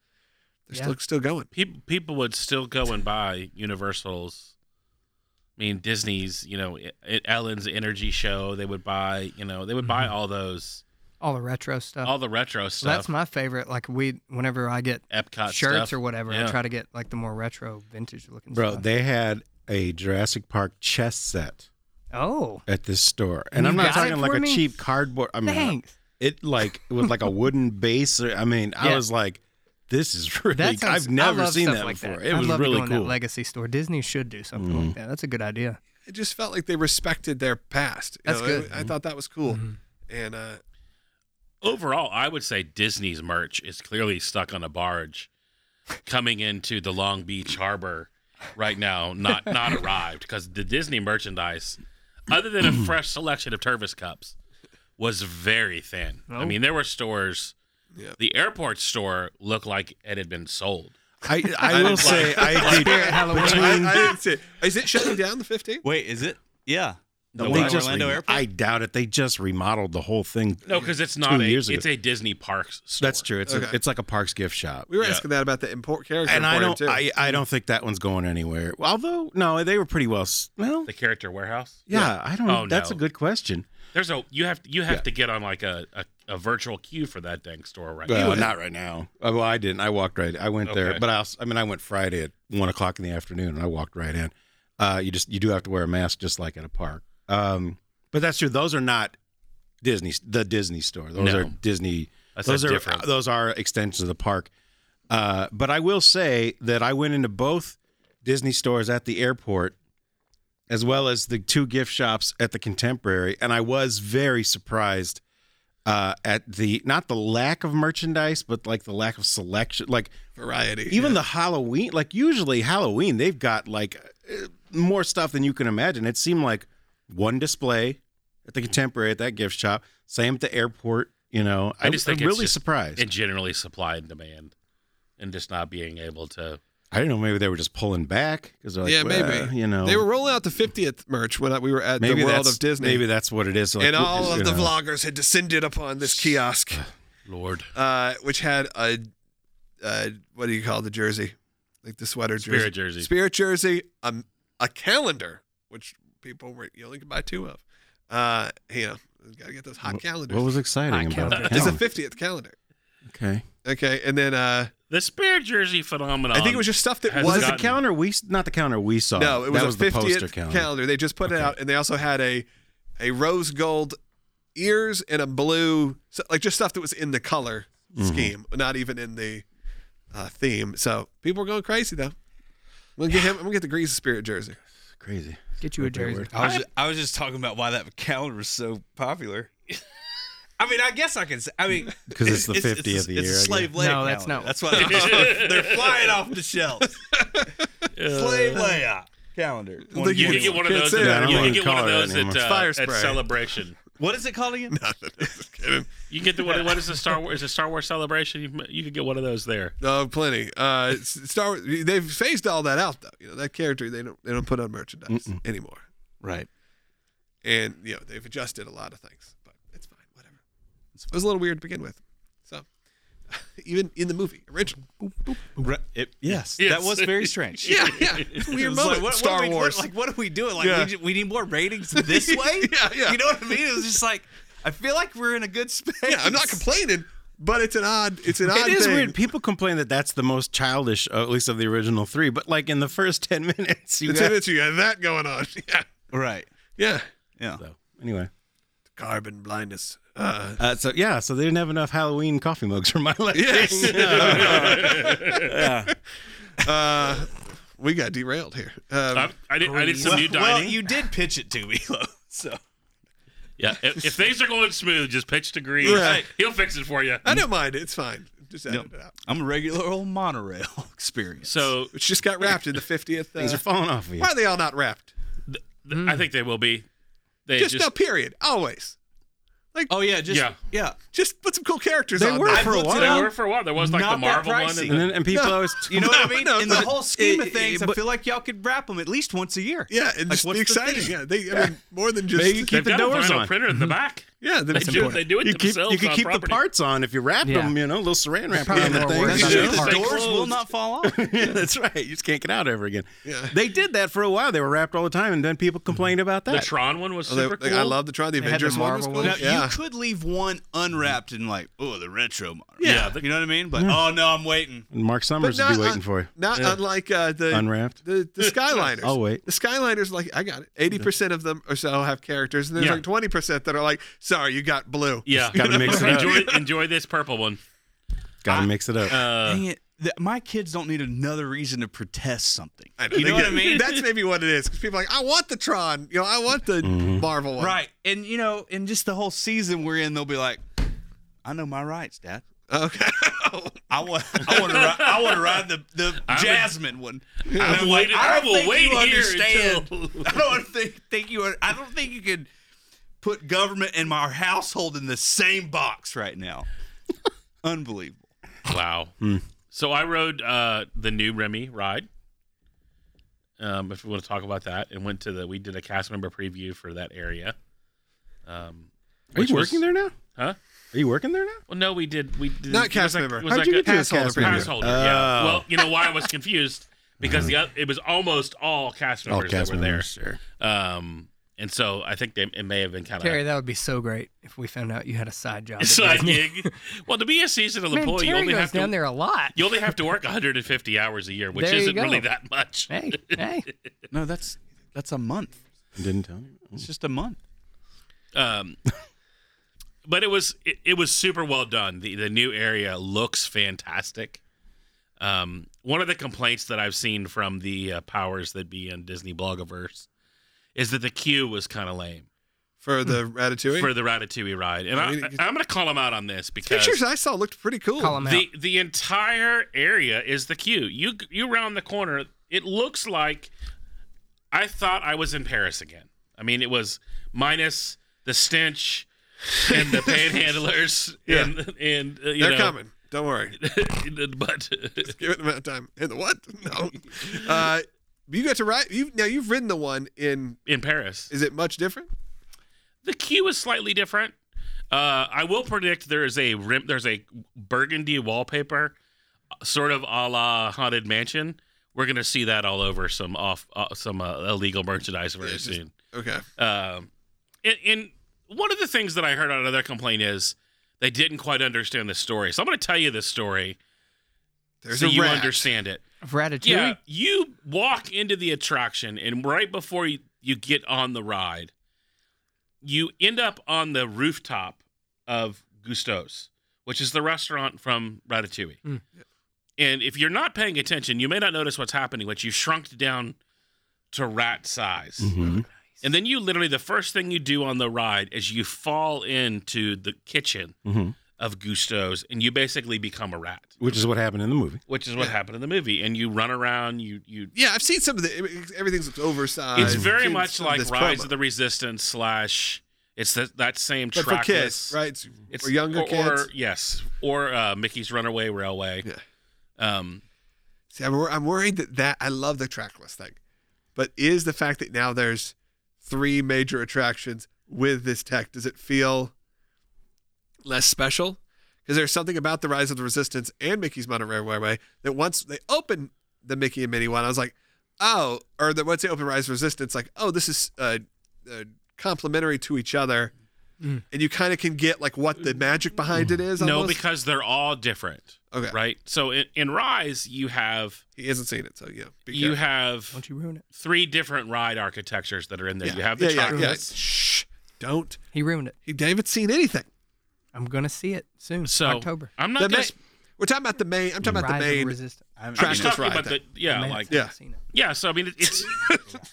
[SPEAKER 2] they're
[SPEAKER 6] Yeah.
[SPEAKER 2] still still going.
[SPEAKER 4] People people would still go and buy Universal's I mean, Disney's, you know, it, it- Ellen's Energy Show. They would buy, you know, they would buy all those,
[SPEAKER 6] all the retro stuff.
[SPEAKER 4] all the retro
[SPEAKER 6] So
[SPEAKER 4] stuff.
[SPEAKER 6] Mm-hmm. that's my favorite. Like we, whenever I get
[SPEAKER 4] Epcot
[SPEAKER 6] shirts
[SPEAKER 4] stuff.
[SPEAKER 6] or whatever, I
[SPEAKER 4] Yeah.
[SPEAKER 6] try to get like the more retro, vintage looking
[SPEAKER 3] Bro,
[SPEAKER 6] stuff.
[SPEAKER 3] they had a Jurassic Park chess set
[SPEAKER 6] oh,
[SPEAKER 3] at this store, and
[SPEAKER 6] You
[SPEAKER 3] I'm not
[SPEAKER 6] got it
[SPEAKER 3] talking like
[SPEAKER 6] for
[SPEAKER 3] a
[SPEAKER 6] me?
[SPEAKER 3] cheap cardboard. I mean,
[SPEAKER 6] thanks.
[SPEAKER 3] it like with like a wooden base. or- I mean, I
[SPEAKER 6] Yeah.
[SPEAKER 3] was like, this is really.
[SPEAKER 6] That sounds,
[SPEAKER 3] I've
[SPEAKER 6] I
[SPEAKER 3] never
[SPEAKER 6] love
[SPEAKER 3] seen
[SPEAKER 6] stuff
[SPEAKER 3] that
[SPEAKER 6] like
[SPEAKER 3] before.
[SPEAKER 6] That.
[SPEAKER 3] It
[SPEAKER 6] I
[SPEAKER 3] was
[SPEAKER 6] love
[SPEAKER 3] really
[SPEAKER 6] to go In
[SPEAKER 3] cool.
[SPEAKER 6] that legacy store. Disney should do something like that. That's a good idea.
[SPEAKER 2] It just felt like they respected their past. you
[SPEAKER 6] That's
[SPEAKER 2] know?
[SPEAKER 6] good.
[SPEAKER 2] I, I thought that was cool.
[SPEAKER 3] Mm-hmm.
[SPEAKER 2] And uh,
[SPEAKER 4] Overall, I would say Disney's merch is clearly stuck on a barge coming into the Long Beach Harbor right now, not not arrived because the Disney merchandise, other than a fresh selection of Tervis cups, was very thin. I
[SPEAKER 6] Oh.
[SPEAKER 4] mean, there were stores. The airport store looked like it had been sold.
[SPEAKER 3] I I will say I agree.
[SPEAKER 6] Spirit Halloween.
[SPEAKER 2] I, I didn't see it. Is it shutting down the 15th?
[SPEAKER 5] Wait, is it? Yeah. The
[SPEAKER 3] They
[SPEAKER 5] one
[SPEAKER 3] just
[SPEAKER 5] Orlando
[SPEAKER 3] re-
[SPEAKER 5] airport.
[SPEAKER 3] I doubt it. They just remodeled the whole thing.
[SPEAKER 4] No, because it's not a.
[SPEAKER 3] years ago.
[SPEAKER 4] It's a Disney Parks store.
[SPEAKER 3] That's true. It's a,
[SPEAKER 2] Okay.
[SPEAKER 3] it's like a Parks gift shop.
[SPEAKER 2] We were
[SPEAKER 4] Yeah.
[SPEAKER 2] asking that about the import character.
[SPEAKER 3] and I
[SPEAKER 2] emporium,
[SPEAKER 3] don't,
[SPEAKER 2] too.
[SPEAKER 3] I, I don't think that one's going anywhere. Although, no, they were pretty well. s- Well,
[SPEAKER 4] The character warehouse.
[SPEAKER 3] yeah, I don't.
[SPEAKER 4] Oh,
[SPEAKER 3] that's
[SPEAKER 4] no.
[SPEAKER 3] a good question.
[SPEAKER 4] There's a you have you have
[SPEAKER 3] Yeah.
[SPEAKER 4] to get on like a, a, a virtual queue for that dang store right
[SPEAKER 3] Well,
[SPEAKER 4] now.
[SPEAKER 3] not right now. Oh, well, I didn't. I walked right. I went there,
[SPEAKER 4] Okay.
[SPEAKER 3] but I, also, I mean, I went Friday at one o'clock in the afternoon, and I walked right in. Uh, you just you do have to wear a mask, just like at a park. Um, but that's true. Those are not Disney. The Disney store. Those
[SPEAKER 4] No.
[SPEAKER 3] are Disney.
[SPEAKER 4] That's
[SPEAKER 3] those
[SPEAKER 4] a
[SPEAKER 3] are uh,
[SPEAKER 4] different-
[SPEAKER 3] those are extensions of the park. Uh, but I will say that I went into both Disney stores at the airport, as well as the two gift shops at the Contemporary, and I was very surprised uh, at the not the lack of merchandise, but like the lack of selection. Like
[SPEAKER 2] variety.
[SPEAKER 3] even the Halloween, like usually Halloween, they've got like uh, more stuff than you can imagine. It seemed like one display at the Contemporary at that gift shop, same at the airport. You know,
[SPEAKER 4] I just think
[SPEAKER 3] am
[SPEAKER 4] it's
[SPEAKER 3] really
[SPEAKER 4] just-
[SPEAKER 3] surprised.
[SPEAKER 4] And generally supply and demand, and just not being able to.
[SPEAKER 3] I don't know. Maybe they were just pulling back because they're like,
[SPEAKER 2] yeah,
[SPEAKER 3] "Well,
[SPEAKER 2] maybe
[SPEAKER 3] you know,
[SPEAKER 2] they were rolling out the 50th merch when I- we were at
[SPEAKER 3] maybe
[SPEAKER 2] the World
[SPEAKER 3] that's-
[SPEAKER 2] of Disney.
[SPEAKER 3] Maybe that's what it is. like,
[SPEAKER 2] and all
[SPEAKER 3] you
[SPEAKER 2] of the
[SPEAKER 3] know.
[SPEAKER 2] vloggers had descended upon this kiosk,
[SPEAKER 4] Lord,
[SPEAKER 2] uh, which had a, uh, what do you call the jersey, like the sweater jersey,
[SPEAKER 4] Spirit jersey.
[SPEAKER 2] spirit jersey, a, a calendar, which people were you only could buy two of. Uh, you know, gotta get those hot calendars.
[SPEAKER 3] What was exciting
[SPEAKER 6] Hot
[SPEAKER 3] about
[SPEAKER 6] calendar.
[SPEAKER 3] that?
[SPEAKER 2] it's the 50th calendar.
[SPEAKER 3] okay.
[SPEAKER 2] Okay, and then uh,
[SPEAKER 4] the spirit jersey phenomenon.
[SPEAKER 2] I think it was just stuff that
[SPEAKER 4] has
[SPEAKER 3] Was
[SPEAKER 2] was
[SPEAKER 3] it
[SPEAKER 4] Um, gotten-
[SPEAKER 3] the calendar we not the calendar we saw?
[SPEAKER 2] No, it was
[SPEAKER 3] that
[SPEAKER 2] a
[SPEAKER 3] was the
[SPEAKER 2] 50th
[SPEAKER 3] poster
[SPEAKER 2] calendar.
[SPEAKER 3] calendar.
[SPEAKER 2] They just put it out, and they also had a a rose gold ears and a blue, so, like just stuff that was in the color
[SPEAKER 3] Mm-hmm.
[SPEAKER 2] scheme, not even in the uh, theme. So people were going crazy though. We'll get him. I'm gonna get the Grease Spirit jersey.
[SPEAKER 3] Crazy.
[SPEAKER 6] Get you a jersey.
[SPEAKER 5] I was just, I was just talking about why that calendar was so popular. I mean, I guess I can. Say, I mean,
[SPEAKER 3] 'Cause it's the 50 of the
[SPEAKER 5] It's
[SPEAKER 3] year, I
[SPEAKER 5] a slave
[SPEAKER 3] guess.
[SPEAKER 5] layout.
[SPEAKER 6] No, that's not-
[SPEAKER 5] That's why they're, they're flying off the shelves. slave layout calendar.
[SPEAKER 4] uh, You
[SPEAKER 5] 2021.
[SPEAKER 4] can get one of
[SPEAKER 2] Can't
[SPEAKER 4] those.
[SPEAKER 2] say that.
[SPEAKER 4] At, you
[SPEAKER 3] I don't
[SPEAKER 4] can get one
[SPEAKER 3] even
[SPEAKER 4] of
[SPEAKER 3] call it
[SPEAKER 4] those at,
[SPEAKER 3] anymore.
[SPEAKER 4] uh,
[SPEAKER 2] Fire
[SPEAKER 4] at
[SPEAKER 2] spray.
[SPEAKER 4] celebration.
[SPEAKER 5] What is it called again?
[SPEAKER 4] You can get the one. What is the Star Wars? Is it Star Wars celebration? You, you could get one of those there.
[SPEAKER 2] Oh, plenty. Uh, it's- Star. Wars- They've phased all that out though. You know that character they don't they don't put on merchandise anymore,
[SPEAKER 5] Right.
[SPEAKER 2] and you know they've adjusted a lot of things, but it's fine. Whatever. It was a little weird to begin with, so even in the movie original.
[SPEAKER 5] Re- it- yes,
[SPEAKER 4] Yes.
[SPEAKER 5] That was very strange.
[SPEAKER 2] Yeah, yeah. It's a
[SPEAKER 5] It
[SPEAKER 2] weird
[SPEAKER 5] was
[SPEAKER 2] moment.
[SPEAKER 5] Like, what,
[SPEAKER 2] Star
[SPEAKER 5] what are we, what-
[SPEAKER 2] Wars.
[SPEAKER 5] like, what are we doing? Like,
[SPEAKER 2] Yeah.
[SPEAKER 5] we, ju- we need more ratings this way?
[SPEAKER 2] Yeah, yeah.
[SPEAKER 5] You know what I mean? It was just like, I feel like we're in a good space.
[SPEAKER 2] yeah, I'm not complaining, but it's an odd. It's an odd
[SPEAKER 3] It is
[SPEAKER 2] thing.
[SPEAKER 3] weird. People complain that that's the most childish, uh, at least of the original three. But like in the first ten minutes, you
[SPEAKER 2] It's
[SPEAKER 3] got
[SPEAKER 2] an issue. You have that going on. Yeah,
[SPEAKER 5] Right.
[SPEAKER 2] yeah.
[SPEAKER 5] Yeah.
[SPEAKER 3] so, anyway.
[SPEAKER 2] Carbon blindness. Uh,
[SPEAKER 3] Uh, so yeah, so they didn't have enough Halloween coffee mugs for my liking.
[SPEAKER 2] Yes. uh, we got derailed here. Um,
[SPEAKER 4] I, I did. I did some new
[SPEAKER 5] well,
[SPEAKER 4] dining.
[SPEAKER 5] you did pitch it to me, though. So
[SPEAKER 4] yeah. If, if things are going smooth, just pitch to Grease.
[SPEAKER 2] Right.
[SPEAKER 4] He'll fix it for you.
[SPEAKER 2] I don't mind. it. It's fine. Just edit it out.
[SPEAKER 5] I'm a regular old monorail experience.
[SPEAKER 4] So
[SPEAKER 2] Which just got wrapped in the 50th.
[SPEAKER 3] Things
[SPEAKER 2] Uh,
[SPEAKER 3] are falling off of you.
[SPEAKER 2] why are they all not wrapped?
[SPEAKER 4] th- I think they will be. They
[SPEAKER 2] Mm. Just,
[SPEAKER 4] just,
[SPEAKER 2] no period. Always.
[SPEAKER 5] oh yeah, just
[SPEAKER 4] Yeah.
[SPEAKER 5] yeah,
[SPEAKER 2] Just put some cool characters
[SPEAKER 3] They
[SPEAKER 2] on.
[SPEAKER 3] were
[SPEAKER 2] there.
[SPEAKER 5] I've
[SPEAKER 3] for a
[SPEAKER 5] looked it
[SPEAKER 4] They
[SPEAKER 3] while.
[SPEAKER 5] up.
[SPEAKER 4] were for a while. There was like
[SPEAKER 5] Not
[SPEAKER 4] the
[SPEAKER 5] that
[SPEAKER 4] Marvel one.
[SPEAKER 5] pricey.
[SPEAKER 4] And
[SPEAKER 3] and
[SPEAKER 4] the,
[SPEAKER 3] then and people
[SPEAKER 2] No.
[SPEAKER 3] always
[SPEAKER 5] You know what I mean?
[SPEAKER 2] No,
[SPEAKER 5] in the
[SPEAKER 2] but
[SPEAKER 5] whole scheme
[SPEAKER 2] it-
[SPEAKER 5] of things,
[SPEAKER 2] it-
[SPEAKER 5] I
[SPEAKER 2] but-
[SPEAKER 5] feel like y'all could wrap them at least once a year.
[SPEAKER 2] Yeah,
[SPEAKER 5] Like,
[SPEAKER 2] and just
[SPEAKER 5] what's
[SPEAKER 2] be
[SPEAKER 5] the
[SPEAKER 2] exciting.
[SPEAKER 5] theme?
[SPEAKER 2] Yeah, they. I mean, more than just.
[SPEAKER 3] Maybe keep
[SPEAKER 4] they've
[SPEAKER 3] the
[SPEAKER 4] got a
[SPEAKER 3] doors
[SPEAKER 4] vinyl
[SPEAKER 3] on.
[SPEAKER 2] Mm-hmm.
[SPEAKER 4] printer in the back.
[SPEAKER 2] Yeah, the,
[SPEAKER 4] They
[SPEAKER 6] That's
[SPEAKER 4] do,
[SPEAKER 6] important.
[SPEAKER 4] they do it
[SPEAKER 3] You keep
[SPEAKER 4] themselves.
[SPEAKER 3] you can
[SPEAKER 4] on
[SPEAKER 3] keep the
[SPEAKER 4] property.
[SPEAKER 3] parts on if you wrap
[SPEAKER 6] Yeah.
[SPEAKER 3] them, you know, little saran wrap
[SPEAKER 6] Probably
[SPEAKER 3] around the
[SPEAKER 6] more
[SPEAKER 3] thing.
[SPEAKER 6] work
[SPEAKER 3] and
[SPEAKER 6] than
[SPEAKER 3] shit.
[SPEAKER 6] that.
[SPEAKER 5] The
[SPEAKER 4] Stay
[SPEAKER 5] doors will
[SPEAKER 4] closed.
[SPEAKER 5] not fall off.
[SPEAKER 3] Yeah, that's right. You just can't get out ever again.
[SPEAKER 2] Yeah.
[SPEAKER 3] They did that for a while. They were wrapped all the time, and then people complained about
[SPEAKER 4] The
[SPEAKER 3] that.
[SPEAKER 4] Tron one was
[SPEAKER 2] Oh, they-
[SPEAKER 4] super
[SPEAKER 2] like,
[SPEAKER 4] cool.
[SPEAKER 2] I love the try the
[SPEAKER 6] They had the
[SPEAKER 2] Avengers one was
[SPEAKER 6] Marvel
[SPEAKER 2] cool.
[SPEAKER 6] one.
[SPEAKER 5] Now
[SPEAKER 2] Yeah.
[SPEAKER 5] you could leave one unwrapped and like, oh, the retro model.
[SPEAKER 4] Yeah.
[SPEAKER 5] you know what I mean. But oh no, I'm waiting.
[SPEAKER 3] And Mark
[SPEAKER 2] But
[SPEAKER 3] Summers would
[SPEAKER 2] not
[SPEAKER 3] be waiting
[SPEAKER 2] un-
[SPEAKER 3] for you.
[SPEAKER 2] Not unlike uh, the
[SPEAKER 3] Unwrapped.
[SPEAKER 2] the, the Skyliners.
[SPEAKER 3] I'll wait.
[SPEAKER 2] The Skyliners, like, I got it. 80% of them or so have characters, and there's
[SPEAKER 4] Yeah.
[SPEAKER 2] like 20% that are like, sorry, you got blue.
[SPEAKER 4] Yeah,
[SPEAKER 3] gotta mix it up.
[SPEAKER 4] Enjoy, enjoy this purple one.
[SPEAKER 3] Got to mix it up.
[SPEAKER 4] Uh,
[SPEAKER 5] Dang it! Th- my kids don't need another reason to protest something.
[SPEAKER 2] I
[SPEAKER 5] You
[SPEAKER 2] they
[SPEAKER 5] know what
[SPEAKER 2] get-
[SPEAKER 5] I mean?
[SPEAKER 2] That's maybe what it is. Because people are like, I want the Tron. You know, I want the Marvel one.
[SPEAKER 5] Right, and you know, and just the whole season we're in, they'll be like, I know my rights, Dad.
[SPEAKER 2] Okay.
[SPEAKER 5] I want, I want to, ride, I want to ride the the
[SPEAKER 4] I'm a-
[SPEAKER 5] Jasmine one. And
[SPEAKER 4] I'm
[SPEAKER 5] I'm
[SPEAKER 4] waiting- I
[SPEAKER 5] don't
[SPEAKER 4] will
[SPEAKER 5] think
[SPEAKER 4] wait
[SPEAKER 5] you
[SPEAKER 4] here
[SPEAKER 5] understand.
[SPEAKER 4] until-
[SPEAKER 5] I don't think, think you. are- I don't think you could put government and my household in the same box right now. Unbelievable.
[SPEAKER 4] wow.
[SPEAKER 3] Hmm.
[SPEAKER 4] So I rode uh, the new Remy ride. Um, if we want to talk about that, and went to the we did a cast member preview for that area. Um,
[SPEAKER 3] Are
[SPEAKER 4] which
[SPEAKER 3] you
[SPEAKER 4] was-
[SPEAKER 3] working there now?
[SPEAKER 4] Huh?
[SPEAKER 3] Are you working there now?
[SPEAKER 4] Well, no, we did. We did,
[SPEAKER 2] Not
[SPEAKER 4] it was
[SPEAKER 2] cast
[SPEAKER 4] like-
[SPEAKER 2] member.
[SPEAKER 4] it was
[SPEAKER 3] How'd
[SPEAKER 4] like
[SPEAKER 3] you
[SPEAKER 4] a-
[SPEAKER 3] get to
[SPEAKER 2] pass
[SPEAKER 3] a cast
[SPEAKER 2] holder
[SPEAKER 3] member? Oh. Mm-hmm.
[SPEAKER 4] pass holder. Yeah. Well, you know why I was confused because the oth- it was almost all cast
[SPEAKER 3] All
[SPEAKER 4] members
[SPEAKER 3] cast
[SPEAKER 4] that were
[SPEAKER 3] members. Sure.
[SPEAKER 4] there. Um, and so I think they, it may have been kind
[SPEAKER 6] Terry,
[SPEAKER 4] of
[SPEAKER 6] that would be so great if we found out you had a side job.
[SPEAKER 4] a
[SPEAKER 6] at
[SPEAKER 4] side
[SPEAKER 6] Disney.
[SPEAKER 4] gig. Well, to be a seasonal
[SPEAKER 6] Man,
[SPEAKER 4] employee, you
[SPEAKER 6] Terry
[SPEAKER 4] only
[SPEAKER 6] goes
[SPEAKER 4] have to
[SPEAKER 6] down there a lot.
[SPEAKER 4] you only have to work 150 hours a year, which
[SPEAKER 6] There you
[SPEAKER 4] isn't
[SPEAKER 6] go.
[SPEAKER 4] really that much.
[SPEAKER 6] Hey, hey.
[SPEAKER 5] No, that's that's a month.
[SPEAKER 3] Didn't tell me.
[SPEAKER 5] It's just a month.
[SPEAKER 4] Um, but it was it, it was super well done. The the new area looks fantastic. Um, one of the complaints that I've seen from the uh, powers that be in Disney blogiverse is that the queue was kind of lame
[SPEAKER 2] For the Ratatouille.
[SPEAKER 4] Hmm. for the Ratatouille ride, and I, I
[SPEAKER 2] I mean,
[SPEAKER 4] am going to call him out on this because
[SPEAKER 2] Pictures I saw looked pretty cool.
[SPEAKER 6] Call him out.
[SPEAKER 4] the the entire area is the queue. You you round the corner, it looks like I thought I was in Paris again. I mean, it was minus the stench and the panhandlers
[SPEAKER 2] Yeah.
[SPEAKER 4] and and uh, you
[SPEAKER 2] They're
[SPEAKER 4] know,
[SPEAKER 2] coming. Don't worry.
[SPEAKER 4] but
[SPEAKER 2] Give it amount of time. And the what? No. Uh, you got to ride. You now you've ridden the one in.
[SPEAKER 4] in Paris,
[SPEAKER 2] Is it much different?
[SPEAKER 4] the queue is slightly different. Uh, I will predict there is a rim, there's a burgundy wallpaper, sort of a la haunted mansion. We're gonna see that all over some off uh, some uh, illegal merchandise very
[SPEAKER 2] It's just-
[SPEAKER 4] soon.
[SPEAKER 2] Okay.
[SPEAKER 4] Um, and, and one of the things that I heard on another complaint is they didn't quite understand the story. So I'm going to tell you this story
[SPEAKER 2] There's
[SPEAKER 4] so
[SPEAKER 2] a
[SPEAKER 4] you
[SPEAKER 2] rat.
[SPEAKER 4] understand it.
[SPEAKER 6] Of Ratatouille.
[SPEAKER 4] Yeah, you walk into the attraction, and right before you, you get on the ride, you end up on the rooftop of Gusto's, which is the restaurant from Ratatouille.
[SPEAKER 6] Mm.
[SPEAKER 4] And if you're not paying attention, you may not notice what's happening, but you shrunk down to rat size. And then you literally, the first thing you do on the ride is you fall into the kitchen
[SPEAKER 3] Mhm.
[SPEAKER 4] of Gusto's and you basically become a rat,
[SPEAKER 3] Which is what happened in the movie.
[SPEAKER 4] which is what happened in the movie. And you run around, you, you,
[SPEAKER 2] Yeah, I've seen some of the. Everything's oversized.
[SPEAKER 4] it's
[SPEAKER 2] I've
[SPEAKER 4] very
[SPEAKER 2] seen
[SPEAKER 4] much
[SPEAKER 2] some of
[SPEAKER 4] like
[SPEAKER 2] this
[SPEAKER 4] Rise
[SPEAKER 2] promo.
[SPEAKER 4] of the Resistance slash, it's that, that same
[SPEAKER 2] But for
[SPEAKER 4] trackless-
[SPEAKER 2] kids, right? It's
[SPEAKER 4] It's
[SPEAKER 2] for younger
[SPEAKER 4] or,
[SPEAKER 2] kids.
[SPEAKER 4] Or, yes. Or uh, Mickey's Runaway Railway.
[SPEAKER 2] Yeah.
[SPEAKER 4] Um,
[SPEAKER 2] See, I'm, wor- I'm worried that that I love the trackless thing, but is the fact that now there's three major attractions with this tech does it feel less special? Because there's something about the Rise of the Resistance and Mickey's Monterey Railway that once they opened the Mickey and Minnie one, I was like, oh, or that once they opened Rise of Resistance, like, oh, this is uh, uh, complementary to each other. And you kind of can get like what the magic behind it is.
[SPEAKER 4] Mm. no,
[SPEAKER 2] Almost.
[SPEAKER 4] because they're all different.
[SPEAKER 2] Okay.
[SPEAKER 4] Right. So in, in Rise, you have
[SPEAKER 2] he hasn't seen it, so yeah. be
[SPEAKER 4] you
[SPEAKER 2] careful.
[SPEAKER 4] have
[SPEAKER 6] Don't you ruin it.
[SPEAKER 4] three different ride architectures that are in there.
[SPEAKER 2] Yeah.
[SPEAKER 4] You have
[SPEAKER 2] yeah,
[SPEAKER 4] the
[SPEAKER 2] yeah, yeah.
[SPEAKER 4] trackless.
[SPEAKER 2] Shh, don't.
[SPEAKER 6] He ruined it.
[SPEAKER 2] He they haven't seen anything.
[SPEAKER 6] I'm going to see it soon.
[SPEAKER 4] So
[SPEAKER 6] October.
[SPEAKER 4] I'm
[SPEAKER 2] The
[SPEAKER 4] not
[SPEAKER 2] ma-
[SPEAKER 4] gonna, sp-
[SPEAKER 2] we're talking about the main. I'm talking about the
[SPEAKER 6] Rise of
[SPEAKER 2] main.
[SPEAKER 6] Resistance. I haven't
[SPEAKER 4] I'm just
[SPEAKER 2] trackless
[SPEAKER 4] talking
[SPEAKER 2] ride
[SPEAKER 4] about the
[SPEAKER 2] thing.
[SPEAKER 4] yeah,
[SPEAKER 6] I
[SPEAKER 4] like
[SPEAKER 6] haven't
[SPEAKER 2] yeah.
[SPEAKER 6] seen it.
[SPEAKER 4] yeah. So I mean, it- it's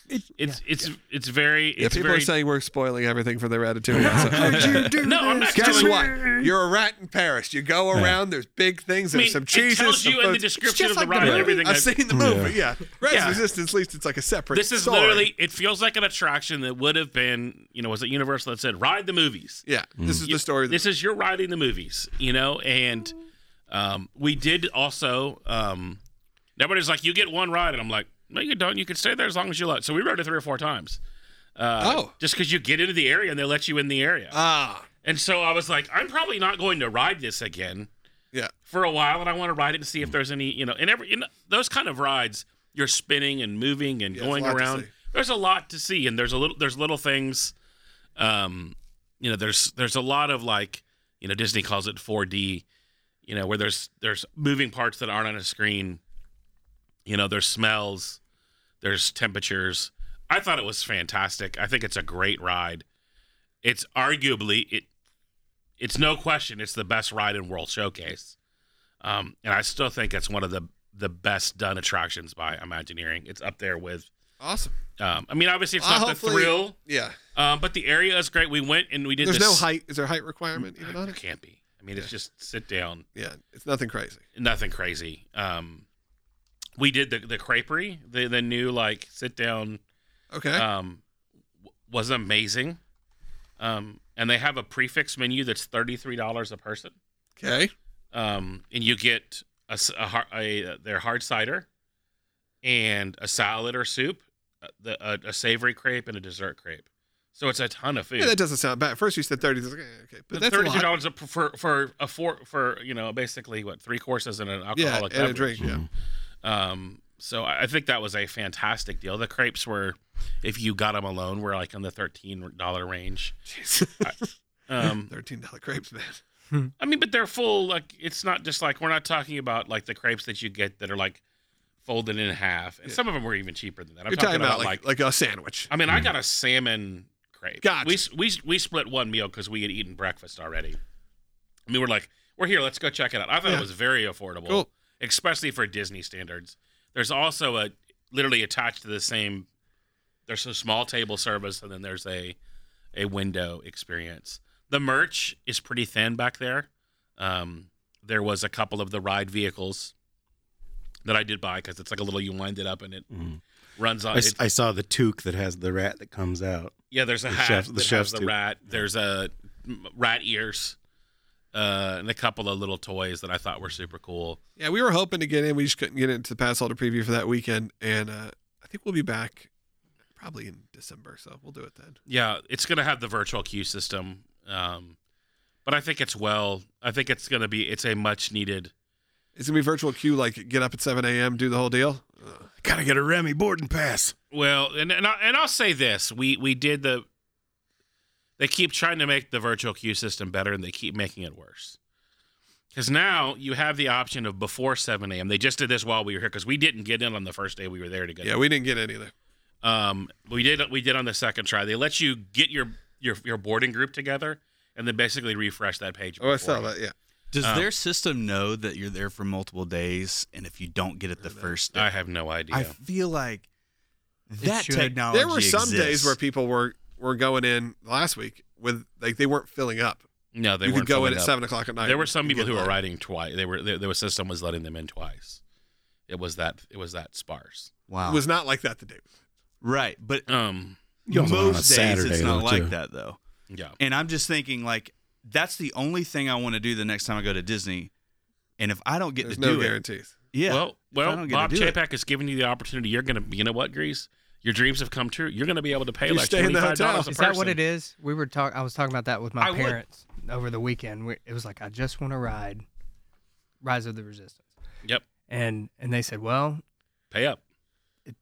[SPEAKER 4] it's it's it's very
[SPEAKER 2] yeah,
[SPEAKER 4] it's
[SPEAKER 2] people
[SPEAKER 4] very
[SPEAKER 2] are saying we're spoiling everything for the Ratatouille. so-
[SPEAKER 6] you do
[SPEAKER 4] No, I'm not
[SPEAKER 6] this?
[SPEAKER 2] Guess what? You're a rat in Paris. You go around. There's big things.
[SPEAKER 4] I
[SPEAKER 2] There's
[SPEAKER 4] mean,
[SPEAKER 2] some
[SPEAKER 4] it
[SPEAKER 2] cheeses.
[SPEAKER 4] tells
[SPEAKER 2] some
[SPEAKER 4] you in the
[SPEAKER 2] foods. It's
[SPEAKER 4] description
[SPEAKER 2] just
[SPEAKER 4] of the
[SPEAKER 2] like
[SPEAKER 4] ride
[SPEAKER 2] movie.
[SPEAKER 4] everything
[SPEAKER 2] I've
[SPEAKER 4] that-
[SPEAKER 2] seen the movie. Yeah, Rise of Resistance. At least it's like a separate.
[SPEAKER 4] This is
[SPEAKER 2] story.
[SPEAKER 4] literally it feels like an attraction that would have been you know was it Universal that said ride the movies.
[SPEAKER 2] Yeah, this is the story.
[SPEAKER 4] This is you're riding the movies, you know, and um, we did also. Um, everybody's like, you get one ride, and I'm like, no, you don't. You can stay there as long as you like. So we rode it three or four times. Uh,
[SPEAKER 2] Oh.
[SPEAKER 4] just because you get into the area and they let you in the area.
[SPEAKER 2] ah,
[SPEAKER 4] And so I was like, I'm probably not going to ride this again
[SPEAKER 2] Yeah.
[SPEAKER 4] for a while, and I want to ride it and see if there's any, you know, and every in those kind of rides, you're spinning and moving and
[SPEAKER 2] Yeah,
[SPEAKER 4] going
[SPEAKER 2] there's a lot to
[SPEAKER 4] around.
[SPEAKER 2] see.
[SPEAKER 4] There's a lot to see, and there's a little there's little things, um, you know, there's there's a lot of like, you know, Disney calls it 4D, you know, where there's there's moving parts that aren't on a screen, you know, there's smells, there's temperatures. I thought it was fantastic. I think it's a great ride. It's arguably it it's no question it's the best ride in World Showcase. Um, and I still think it's one of the the best done attractions by Imagineering. It's up there with.
[SPEAKER 2] Awesome.
[SPEAKER 4] Um, I mean, obviously it's
[SPEAKER 2] Uh,
[SPEAKER 4] not the
[SPEAKER 2] hopefully-
[SPEAKER 4] thrill,
[SPEAKER 2] Yeah.
[SPEAKER 4] um, but the area is great. We went and we did.
[SPEAKER 2] There's
[SPEAKER 4] this,
[SPEAKER 2] no height. Is there a height requirement even on
[SPEAKER 4] It
[SPEAKER 2] it?
[SPEAKER 4] can't be. I mean, it's just sit down,
[SPEAKER 2] Yeah. It's nothing crazy.
[SPEAKER 4] nothing crazy. Um, we did the the creperie, the the new like sit down
[SPEAKER 2] Okay.
[SPEAKER 4] um, w- was amazing. Um, and they have a prefix menu that's thirty three dollars a person.
[SPEAKER 2] okay.
[SPEAKER 4] um, and you get a, s- a har- a- uh, their hard cider and a salad or soup, a, the- a, a savory crepe and a dessert crepe. So it's a ton of food.
[SPEAKER 2] Yeah, that doesn't sound bad. First you said thirty. it's like, eh, Okay, but that's a
[SPEAKER 4] Thirty-two
[SPEAKER 2] lot.
[SPEAKER 4] dollars for for a four for you know basically what three courses and an
[SPEAKER 2] Yeah,
[SPEAKER 4] alcoholic
[SPEAKER 2] and a
[SPEAKER 4] beverage.
[SPEAKER 2] drink. Yeah.
[SPEAKER 5] Mm.
[SPEAKER 4] Um, so I I think that was a fantastic deal. The crepes were, if you got them alone, were like in the thirteen dollar range. Um,
[SPEAKER 2] Thirteen dollar crepes, man.
[SPEAKER 4] I mean, but they're full. Like it's not just like we're not talking about like the crepes that you get that are like folded in half, and some of them were even cheaper than that. I'm
[SPEAKER 2] You're talking about like, like a sandwich.
[SPEAKER 4] I mean, I got a salmon crepe.
[SPEAKER 2] Gotcha.
[SPEAKER 4] We s- we s- we split one meal because we had eaten breakfast already. And we were like, we're here. Let's go check it out. I thought
[SPEAKER 2] Yeah.
[SPEAKER 4] it was very affordable,
[SPEAKER 2] Cool.
[SPEAKER 4] especially for Disney standards. There's also a literally attached to the same. There's a small table service, and then there's a a window experience. The merch is pretty thin back there. Um, there was a couple of the ride vehicles that I did buy because it's like a little you wind it up and it runs on.
[SPEAKER 3] I, s-
[SPEAKER 4] it's-
[SPEAKER 3] I saw the toque that has the rat that comes out.
[SPEAKER 4] yeah, there's a
[SPEAKER 3] The
[SPEAKER 4] hat
[SPEAKER 3] chef- the
[SPEAKER 4] that
[SPEAKER 3] chef's
[SPEAKER 4] has the
[SPEAKER 3] too.
[SPEAKER 4] rat. There's a m- rat ears, uh, and a couple of little toys that I thought were super cool.
[SPEAKER 2] Yeah, we were hoping to get in. We just couldn't get into the pass holder preview for that weekend, and uh, I think we'll be back probably in December. So we'll do it then.
[SPEAKER 4] Yeah, it's gonna have the virtual queue system, um, but I think it's well. I think it's gonna be. It's a much needed.
[SPEAKER 2] It's gonna be virtual queue. Like get up at seven a.m. Do the whole deal. Ugh.
[SPEAKER 3] Gotta get a Remy boarding pass.
[SPEAKER 4] Well, and and, I, and I'll say this: we we did the. They keep trying to make the virtual queue system better, and they keep making it worse. Because now you have the option of before 7 a.m. They just did this while we were here because we didn't get in on the first day we were there to get
[SPEAKER 2] Yeah, we didn't get in either.
[SPEAKER 4] Um, we did we did on the second try. They let you get your your your boarding group together and then basically refresh that page.
[SPEAKER 2] Oh, I
[SPEAKER 4] before
[SPEAKER 2] saw
[SPEAKER 4] you.
[SPEAKER 2] that. Yeah,
[SPEAKER 5] Does
[SPEAKER 4] Um,
[SPEAKER 5] their system know that you're there for multiple days, and if you don't get it the first day,
[SPEAKER 4] I have no idea.
[SPEAKER 5] I feel like that
[SPEAKER 6] should.
[SPEAKER 5] technology.
[SPEAKER 2] there were some days
[SPEAKER 5] exists.
[SPEAKER 2] where people were were going in last week with like they weren't filling up.
[SPEAKER 4] no, they
[SPEAKER 2] you could
[SPEAKER 4] weren't
[SPEAKER 2] go
[SPEAKER 4] filling
[SPEAKER 2] in at
[SPEAKER 4] up.
[SPEAKER 2] seven o'clock at night.
[SPEAKER 4] There were some
[SPEAKER 2] and
[SPEAKER 4] people
[SPEAKER 2] get
[SPEAKER 4] who were
[SPEAKER 2] in.
[SPEAKER 4] writing twice. They were there, there was system was letting them in twice. It was that it was that sparse.
[SPEAKER 5] wow,
[SPEAKER 2] It was not like that today.
[SPEAKER 5] right, but
[SPEAKER 4] Um,
[SPEAKER 3] You also went on a
[SPEAKER 5] most days it's
[SPEAKER 3] Saturday,
[SPEAKER 5] not
[SPEAKER 3] though,
[SPEAKER 5] like
[SPEAKER 3] too.
[SPEAKER 5] that though.
[SPEAKER 4] yeah.
[SPEAKER 5] And I'm just thinking like that's the only thing I want to do the next time I go to Disney. And if I don't get
[SPEAKER 2] There's
[SPEAKER 5] to
[SPEAKER 2] no
[SPEAKER 5] do
[SPEAKER 2] guarantees.
[SPEAKER 5] it, yeah,
[SPEAKER 4] Well,
[SPEAKER 5] I
[SPEAKER 4] well,
[SPEAKER 5] don't get to
[SPEAKER 4] Bob
[SPEAKER 5] do it.
[SPEAKER 4] Chapek has given you the opportunity. You're gonna you know what, Grease. Your dreams have come true. You're gonna be able to pay
[SPEAKER 2] You
[SPEAKER 4] like
[SPEAKER 2] stay in
[SPEAKER 4] twenty
[SPEAKER 2] the
[SPEAKER 4] five dollars
[SPEAKER 2] hotel.
[SPEAKER 4] a
[SPEAKER 6] Is
[SPEAKER 4] person.
[SPEAKER 6] that what it is? We were talk. I was talking about that with my
[SPEAKER 4] I would-
[SPEAKER 6] parents over the weekend. We- It was like I just want to ride Rise of the Resistance,
[SPEAKER 4] Yep.
[SPEAKER 6] and and they said, well,
[SPEAKER 4] Pay up.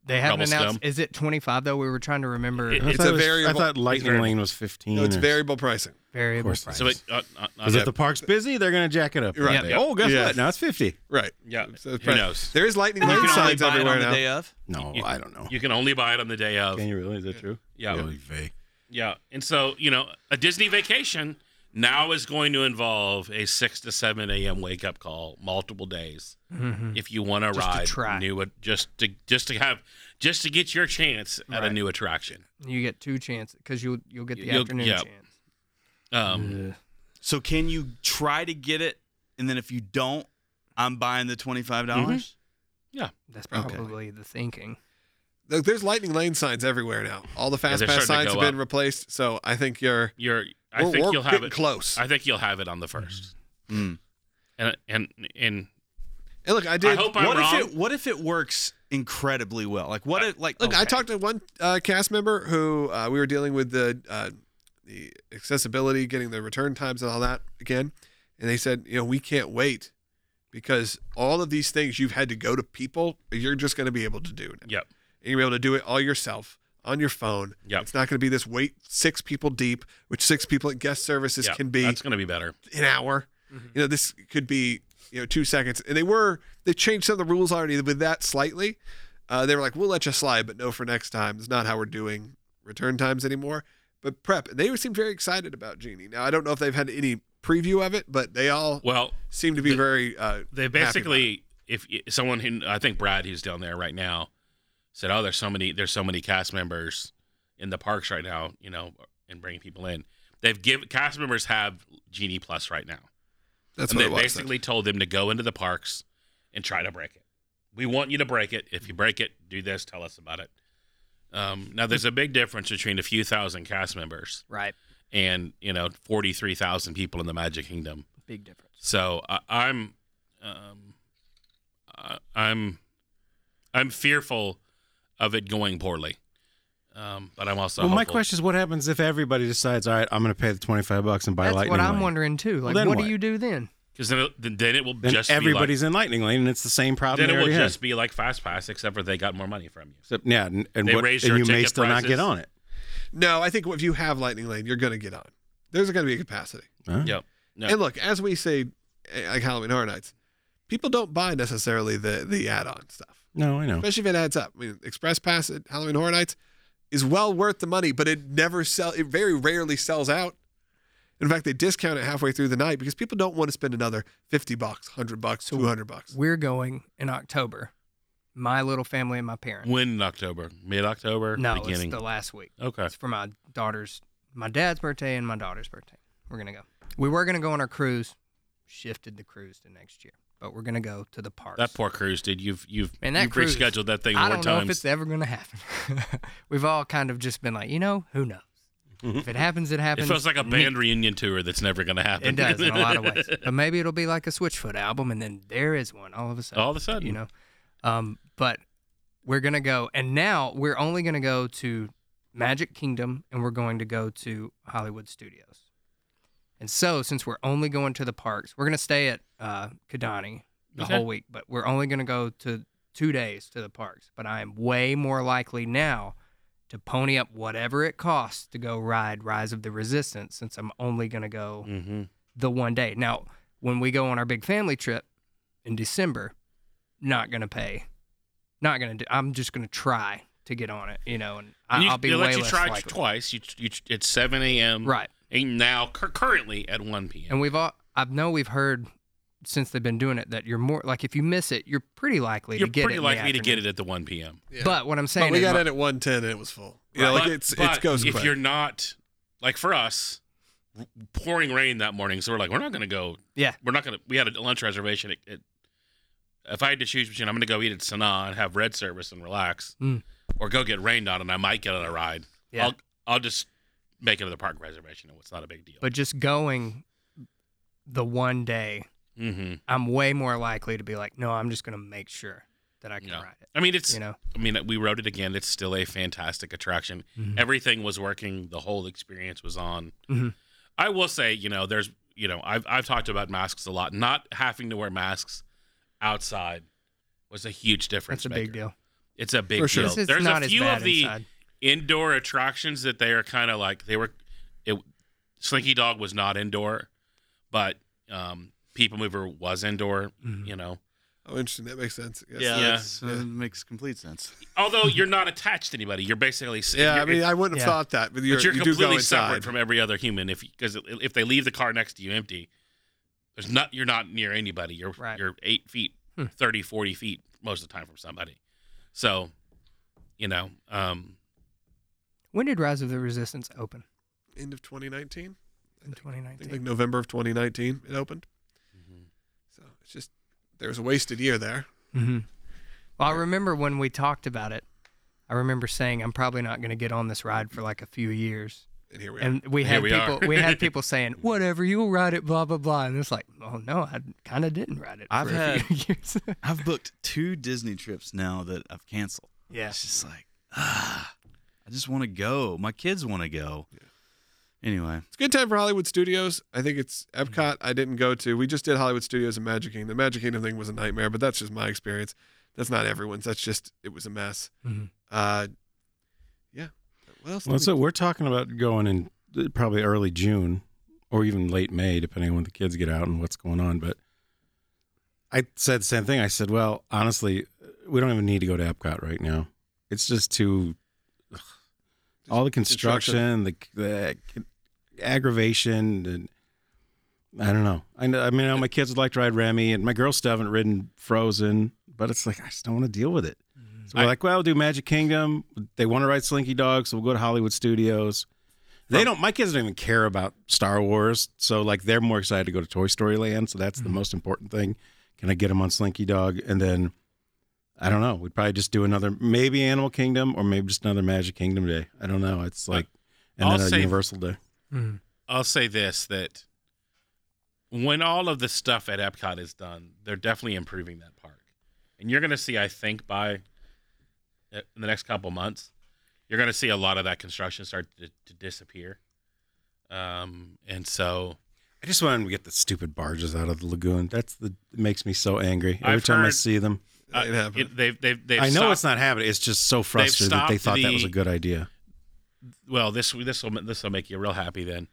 [SPEAKER 6] they haven't
[SPEAKER 4] Rubble
[SPEAKER 6] announced.
[SPEAKER 4] scum.
[SPEAKER 6] Is it twenty five though? We were trying to remember
[SPEAKER 4] It-
[SPEAKER 3] I
[SPEAKER 4] It's
[SPEAKER 3] thought
[SPEAKER 2] a
[SPEAKER 3] it was- I
[SPEAKER 2] variable-
[SPEAKER 3] thought Lightning
[SPEAKER 4] variable.
[SPEAKER 3] Lane was fifteen.
[SPEAKER 2] No, it's
[SPEAKER 3] or-
[SPEAKER 2] variable pricing.
[SPEAKER 6] variable
[SPEAKER 3] course
[SPEAKER 6] price.
[SPEAKER 4] So it, uh, uh, uh,
[SPEAKER 3] Because if the park's busy, they're gonna jack it up.
[SPEAKER 2] You're right.
[SPEAKER 3] Right. Oh, guess
[SPEAKER 2] Yeah.
[SPEAKER 3] what? Now it's fifty.
[SPEAKER 2] Right.
[SPEAKER 4] yeah.
[SPEAKER 2] So it's
[SPEAKER 4] who
[SPEAKER 2] price-
[SPEAKER 4] knows?
[SPEAKER 2] There is lightning
[SPEAKER 5] you
[SPEAKER 2] lane
[SPEAKER 5] can only
[SPEAKER 2] signs
[SPEAKER 5] buy it on
[SPEAKER 2] everywhere
[SPEAKER 5] the
[SPEAKER 2] now.
[SPEAKER 5] day of.
[SPEAKER 3] No, I don't know.
[SPEAKER 4] You can only buy it on the day of.
[SPEAKER 3] Can you really? Is that true?
[SPEAKER 4] yeah.
[SPEAKER 3] Really vague.
[SPEAKER 4] Yeah. And so, you know, a Disney vacation now is going to involve a 6 to 7 a.m. wake up call multiple days
[SPEAKER 6] Mhm.
[SPEAKER 4] if you want to
[SPEAKER 6] Just to
[SPEAKER 4] ride
[SPEAKER 6] try.
[SPEAKER 4] new just to just to have just to get your chance at a
[SPEAKER 6] Right.
[SPEAKER 4] new attraction.
[SPEAKER 6] You get two chances because you'll you'll get the
[SPEAKER 4] You'll-
[SPEAKER 6] afternoon
[SPEAKER 4] yeah.
[SPEAKER 6] chance.
[SPEAKER 4] Um
[SPEAKER 5] So can you try to get it, and then if you don't, I'm buying the twenty five dollars.
[SPEAKER 6] That's
[SPEAKER 2] Okay.
[SPEAKER 6] probably the thinking.
[SPEAKER 2] Look, there's lightning lane signs everywhere now. All the fast
[SPEAKER 4] they're
[SPEAKER 2] pass signs
[SPEAKER 4] starting to
[SPEAKER 2] have
[SPEAKER 4] go
[SPEAKER 2] been replaced. So I think you're.
[SPEAKER 4] you're I
[SPEAKER 2] we're,
[SPEAKER 4] think
[SPEAKER 2] we're
[SPEAKER 4] you'll have
[SPEAKER 2] getting
[SPEAKER 4] it
[SPEAKER 2] close.
[SPEAKER 4] I think you'll have it on the 1st.
[SPEAKER 5] Hmm.
[SPEAKER 6] Mm-hmm.
[SPEAKER 4] And and and
[SPEAKER 2] and look, I did.
[SPEAKER 4] I hope I'm
[SPEAKER 5] What
[SPEAKER 4] wrong.
[SPEAKER 5] if it? What if it works incredibly well? Like what? If, like
[SPEAKER 2] Look, I
[SPEAKER 5] okay.
[SPEAKER 2] talked to one uh, cast member who uh, we were dealing with the uh, the accessibility, getting the return times and all that again. And they said, you know, we can't wait because all of these things you've had to go to people, you're just going to be able to do. Now.
[SPEAKER 4] Yep.
[SPEAKER 2] And you're able to do it all yourself on your phone.
[SPEAKER 4] Yep.
[SPEAKER 2] It's not going to be this wait six people deep, which six people at guest services
[SPEAKER 4] Yeah,
[SPEAKER 2] can be
[SPEAKER 4] That's Mm-hmm. going to be better.
[SPEAKER 2] an hour. You know, this could be you know two seconds. And they were they changed some of the rules already with that slightly. Uh, they were like, we'll let you slide, but no for next time. It's not how we're doing return times anymore. But prep, and they seemed very excited about Genie. Now I don't know if they've had any preview of it, but they all
[SPEAKER 4] Well,
[SPEAKER 2] seem to be
[SPEAKER 4] the-
[SPEAKER 2] very. Uh,
[SPEAKER 4] they
[SPEAKER 2] happy about it.
[SPEAKER 4] basically if y- someone who i think brad who's down there right now said oh there's so many there's so many cast members in the parks right now you know and bringing people in they've given cast members have genie plus right now
[SPEAKER 2] that's
[SPEAKER 4] and
[SPEAKER 2] what
[SPEAKER 4] they
[SPEAKER 2] it was.
[SPEAKER 4] basically told them to go into the parks and try to break it we want you to break it if you break it do this tell us about it um, now there's a big difference between a few thousand cast members
[SPEAKER 6] Right.
[SPEAKER 4] and you know 43000 people in the magic kingdom
[SPEAKER 6] Big difference.
[SPEAKER 4] so I, I'm, um, I, I'm, I'm fearful of it going poorly. Um, but I'm also.
[SPEAKER 3] well, my
[SPEAKER 4] hopeful.
[SPEAKER 3] question is, what happens if everybody decides, all right, I'm going to pay the twenty five bucks and buy
[SPEAKER 6] That's
[SPEAKER 3] lightning?
[SPEAKER 6] what I'm
[SPEAKER 3] lane?
[SPEAKER 6] wondering too. Like,
[SPEAKER 3] then
[SPEAKER 6] what,
[SPEAKER 3] what?
[SPEAKER 6] do you do then?
[SPEAKER 4] because then, it- then it will
[SPEAKER 3] Then
[SPEAKER 4] just
[SPEAKER 3] everybody's
[SPEAKER 4] Be
[SPEAKER 3] in lightning lane, and it's the same
[SPEAKER 4] like,
[SPEAKER 3] problem.
[SPEAKER 4] then it
[SPEAKER 3] they
[SPEAKER 4] will
[SPEAKER 3] already had.
[SPEAKER 4] just be like Fast Pass, except for they got more money from you.
[SPEAKER 3] Except- yeah, and, and
[SPEAKER 4] They
[SPEAKER 3] what-
[SPEAKER 4] raised
[SPEAKER 3] and
[SPEAKER 4] your
[SPEAKER 3] you may
[SPEAKER 4] ticket
[SPEAKER 3] still not
[SPEAKER 4] prices.
[SPEAKER 3] get on it.
[SPEAKER 2] No, I think if you have Lightning Lane, you're going to get on. There's going to be a capacity.
[SPEAKER 3] Huh?
[SPEAKER 4] Yep. No.
[SPEAKER 2] And look, as we say, eh, like Halloween Horror Nights, people don't buy necessarily the the add-on stuff,
[SPEAKER 3] No, I know.
[SPEAKER 2] especially if it adds up. I mean, Express Pass at Halloween Horror Nights is well worth the money, but it never sell. It very rarely sells out. In fact, they discount it halfway through the night because people don't want to spend another fifty bucks, hundred bucks,
[SPEAKER 6] So-
[SPEAKER 2] two hundred bucks.
[SPEAKER 6] We're going in October. My little family and my parents.
[SPEAKER 4] When in October, mid October,
[SPEAKER 6] no,
[SPEAKER 4] beginning.
[SPEAKER 6] it's the last week.
[SPEAKER 4] okay.
[SPEAKER 6] It's for my daughter's, my dad's birthday and my daughter's birthday. We're gonna go. We were gonna go on our cruise, shifted the cruise to next year, but we're gonna go to the parks.
[SPEAKER 4] That poor cruise, dude. You've you've,
[SPEAKER 6] Man, that
[SPEAKER 4] you've
[SPEAKER 6] cruise,
[SPEAKER 4] rescheduled that thing
[SPEAKER 6] I
[SPEAKER 4] more
[SPEAKER 6] don't know
[SPEAKER 4] times.
[SPEAKER 6] if it's ever gonna happen. We've all kind of just been like, you know, who knows? if it happens, it
[SPEAKER 4] Mm-hmm. it
[SPEAKER 6] happens.
[SPEAKER 4] feels like a band reunion tour that's never going to happen.
[SPEAKER 6] It does in a lot of ways, but maybe it'll be like a Switchfoot album, and then there is one all of a sudden.
[SPEAKER 4] All of a sudden,
[SPEAKER 6] you know. Um, but we're gonna go, and now we're only gonna go to Magic Kingdom, and we're going to go to Hollywood Studios. And so, since we're only going to the parks, we're gonna stay at uh, Kidani the
[SPEAKER 4] Okay.
[SPEAKER 6] whole week, but we're only gonna go to two days to the parks. But I am way more likely now to pony up whatever it costs to go ride Rise of the Resistance, since I'm only gonna go
[SPEAKER 4] Mm-hmm.
[SPEAKER 6] the one day. Now, when we go on our big family trip in December, not gonna pay. Not gonna do. I'm just gonna try to get on it, you know, and I,
[SPEAKER 4] you,
[SPEAKER 6] I'll be
[SPEAKER 4] they
[SPEAKER 6] way
[SPEAKER 4] let you
[SPEAKER 6] less
[SPEAKER 4] try
[SPEAKER 6] likely.
[SPEAKER 4] twice. Mm. You, you, it's seven a.m.
[SPEAKER 6] Right,
[SPEAKER 4] And now cur- currently at 1 p.m.
[SPEAKER 6] and we've all. I know we've heard since they've been doing it that you're more like if you miss it, you're pretty likely
[SPEAKER 4] You're
[SPEAKER 6] to get it.
[SPEAKER 4] pretty
[SPEAKER 6] in the
[SPEAKER 4] likely to get it
[SPEAKER 6] afternoon.
[SPEAKER 4] at the 1 p.m.
[SPEAKER 2] Yeah.
[SPEAKER 6] But what I'm
[SPEAKER 2] But
[SPEAKER 6] saying
[SPEAKER 2] we
[SPEAKER 6] is,
[SPEAKER 2] got
[SPEAKER 6] my-
[SPEAKER 2] in at one ten and it was full. You know,
[SPEAKER 4] But-
[SPEAKER 2] like it's
[SPEAKER 4] but
[SPEAKER 2] it goes
[SPEAKER 4] if
[SPEAKER 2] quick.
[SPEAKER 4] you're not like for us r- pouring rain that morning, so we're like we're not going to go.
[SPEAKER 6] Yeah.
[SPEAKER 4] we're not going to. We had a lunch reservation. At, at, if I had to choose between, I'm going to go eat at Sanaa and have red service and relax,
[SPEAKER 6] Mm.
[SPEAKER 4] or go get rained on and I might get on a ride.
[SPEAKER 6] yeah,
[SPEAKER 4] I'll I'll just make it to the park reservation. and It's not a big deal.
[SPEAKER 6] but just going the one day,
[SPEAKER 4] hmm
[SPEAKER 6] I'm way more likely to be like, no, I'm just gonna make sure that I can
[SPEAKER 4] Yeah.
[SPEAKER 6] ride it.
[SPEAKER 4] I mean, it's
[SPEAKER 6] You know,
[SPEAKER 4] I mean, we wrote it again. It's still a fantastic attraction.
[SPEAKER 2] Mm-hmm.
[SPEAKER 6] Mhm.
[SPEAKER 4] Everything was working. The whole experience was on.
[SPEAKER 6] Mhm.
[SPEAKER 4] I will say, you know, there's, you know, I've I've talked about masks a lot. Not having to wear masks outside was a huge difference.
[SPEAKER 6] that's a big
[SPEAKER 4] maker.
[SPEAKER 6] deal.
[SPEAKER 4] It's a big
[SPEAKER 2] For sure.
[SPEAKER 4] deal.
[SPEAKER 6] This is
[SPEAKER 4] there's
[SPEAKER 6] not
[SPEAKER 4] a
[SPEAKER 6] as
[SPEAKER 4] few
[SPEAKER 6] bad
[SPEAKER 4] of the
[SPEAKER 6] inside.
[SPEAKER 4] indoor attractions that they are kind of like they were. It, Slinky Dog was not indoor, but um, People Mover was indoor.
[SPEAKER 6] Mhm.
[SPEAKER 4] You know,
[SPEAKER 2] oh, interesting. That makes sense. I guess.
[SPEAKER 4] Yeah.
[SPEAKER 5] that's- that makes complete sense.
[SPEAKER 4] although you're not attached to anybody, you're basically
[SPEAKER 2] Yeah, I
[SPEAKER 4] you're-
[SPEAKER 2] mean, I wouldn't have
[SPEAKER 6] yeah.
[SPEAKER 2] thought that, but, you're,
[SPEAKER 4] but you're
[SPEAKER 2] you do go
[SPEAKER 4] completely
[SPEAKER 2] inside.
[SPEAKER 4] separate from every other human if because if they leave the car next to you empty there's not you're not near anybody you're
[SPEAKER 6] Right.
[SPEAKER 4] you're eight feet
[SPEAKER 6] Hmm.
[SPEAKER 4] 30 40 feet most of the time from somebody so you know um
[SPEAKER 6] When did Rise of the Resistance open?
[SPEAKER 2] End of 2019.
[SPEAKER 6] In
[SPEAKER 2] I think like
[SPEAKER 6] 2019.
[SPEAKER 2] November of 2019 it opened. So it's just there was a wasted year there.
[SPEAKER 6] Mm-hmm. Well, I remember when we talked about it. I remember saying I'm probably not going to get on this ride for like a few years,
[SPEAKER 2] And here we are.
[SPEAKER 6] and we
[SPEAKER 4] Here
[SPEAKER 6] had
[SPEAKER 4] we are.
[SPEAKER 6] people we had people saying whatever you'll ride it, blah blah blah, and it's like, oh no, I kind of didn't ride it.
[SPEAKER 5] I've
[SPEAKER 6] for a few years.
[SPEAKER 5] I've booked two Disney trips now that I've canceled.
[SPEAKER 6] yeah,
[SPEAKER 5] It's just like, ah, I just want to go. My kids want to go. Anyway,
[SPEAKER 2] It's a good time for Hollywood Studios. I think it's Epcot. I didn't go to. We just did Hollywood Studios and Magic Kingdom. The Magic Kingdom thing was a nightmare, but that's just my experience. That's not everyone's. That's just it was a mess.
[SPEAKER 6] Mhm.
[SPEAKER 2] Uh, yeah. What else? did
[SPEAKER 3] Well,
[SPEAKER 2] we-
[SPEAKER 3] so we're talking about going in uh, probably early June or even late May, depending on when the kids get out and what's going on. But I said the same thing. I said, well, honestly, we don't even need to go to Epcot right now. It's just too ugh. all the construction, the, the aggravation, and I don't know. I know. I mean, I know my kids would like to ride Remy, and my girls still haven't ridden Frozen, but it's like I just don't want to deal with it.
[SPEAKER 4] Mm-hmm.
[SPEAKER 3] So we're like, well, we'll do Magic Kingdom. They want to ride Slinky Dog, so we'll go to Hollywood Studios. They don't. My kids don't even care about Star Wars, so like they're more excited to go to Toy Story Land. So that's the most important thing. Can I get them on Slinky Dog? And then I don't know. We'd probably just do another maybe Animal Kingdom or maybe just another Magic Kingdom day. I don't know. It's like and
[SPEAKER 4] I'll
[SPEAKER 3] then a
[SPEAKER 4] say-
[SPEAKER 3] Universal day.
[SPEAKER 6] Mhm.
[SPEAKER 4] I'll say this that when all of the stuff at Epcot is done, they're definitely improving that park. And you're going to see, I think, by uh, in the next couple months, you're going to see a lot of that construction start to, to disappear. Um, and so
[SPEAKER 3] I just want them to get the stupid barges out of the lagoon. That's the it makes me so angry every
[SPEAKER 4] I've
[SPEAKER 3] time I
[SPEAKER 4] heard-
[SPEAKER 3] see them.
[SPEAKER 4] uh,
[SPEAKER 2] It happened.
[SPEAKER 4] it- they've, they've, they've
[SPEAKER 3] I know
[SPEAKER 4] stopped-
[SPEAKER 3] it's not happening. It's just so frustrating that they
[SPEAKER 4] stopped
[SPEAKER 3] thought that was
[SPEAKER 4] the-
[SPEAKER 3] a good idea.
[SPEAKER 4] well this this will this will make you real happy then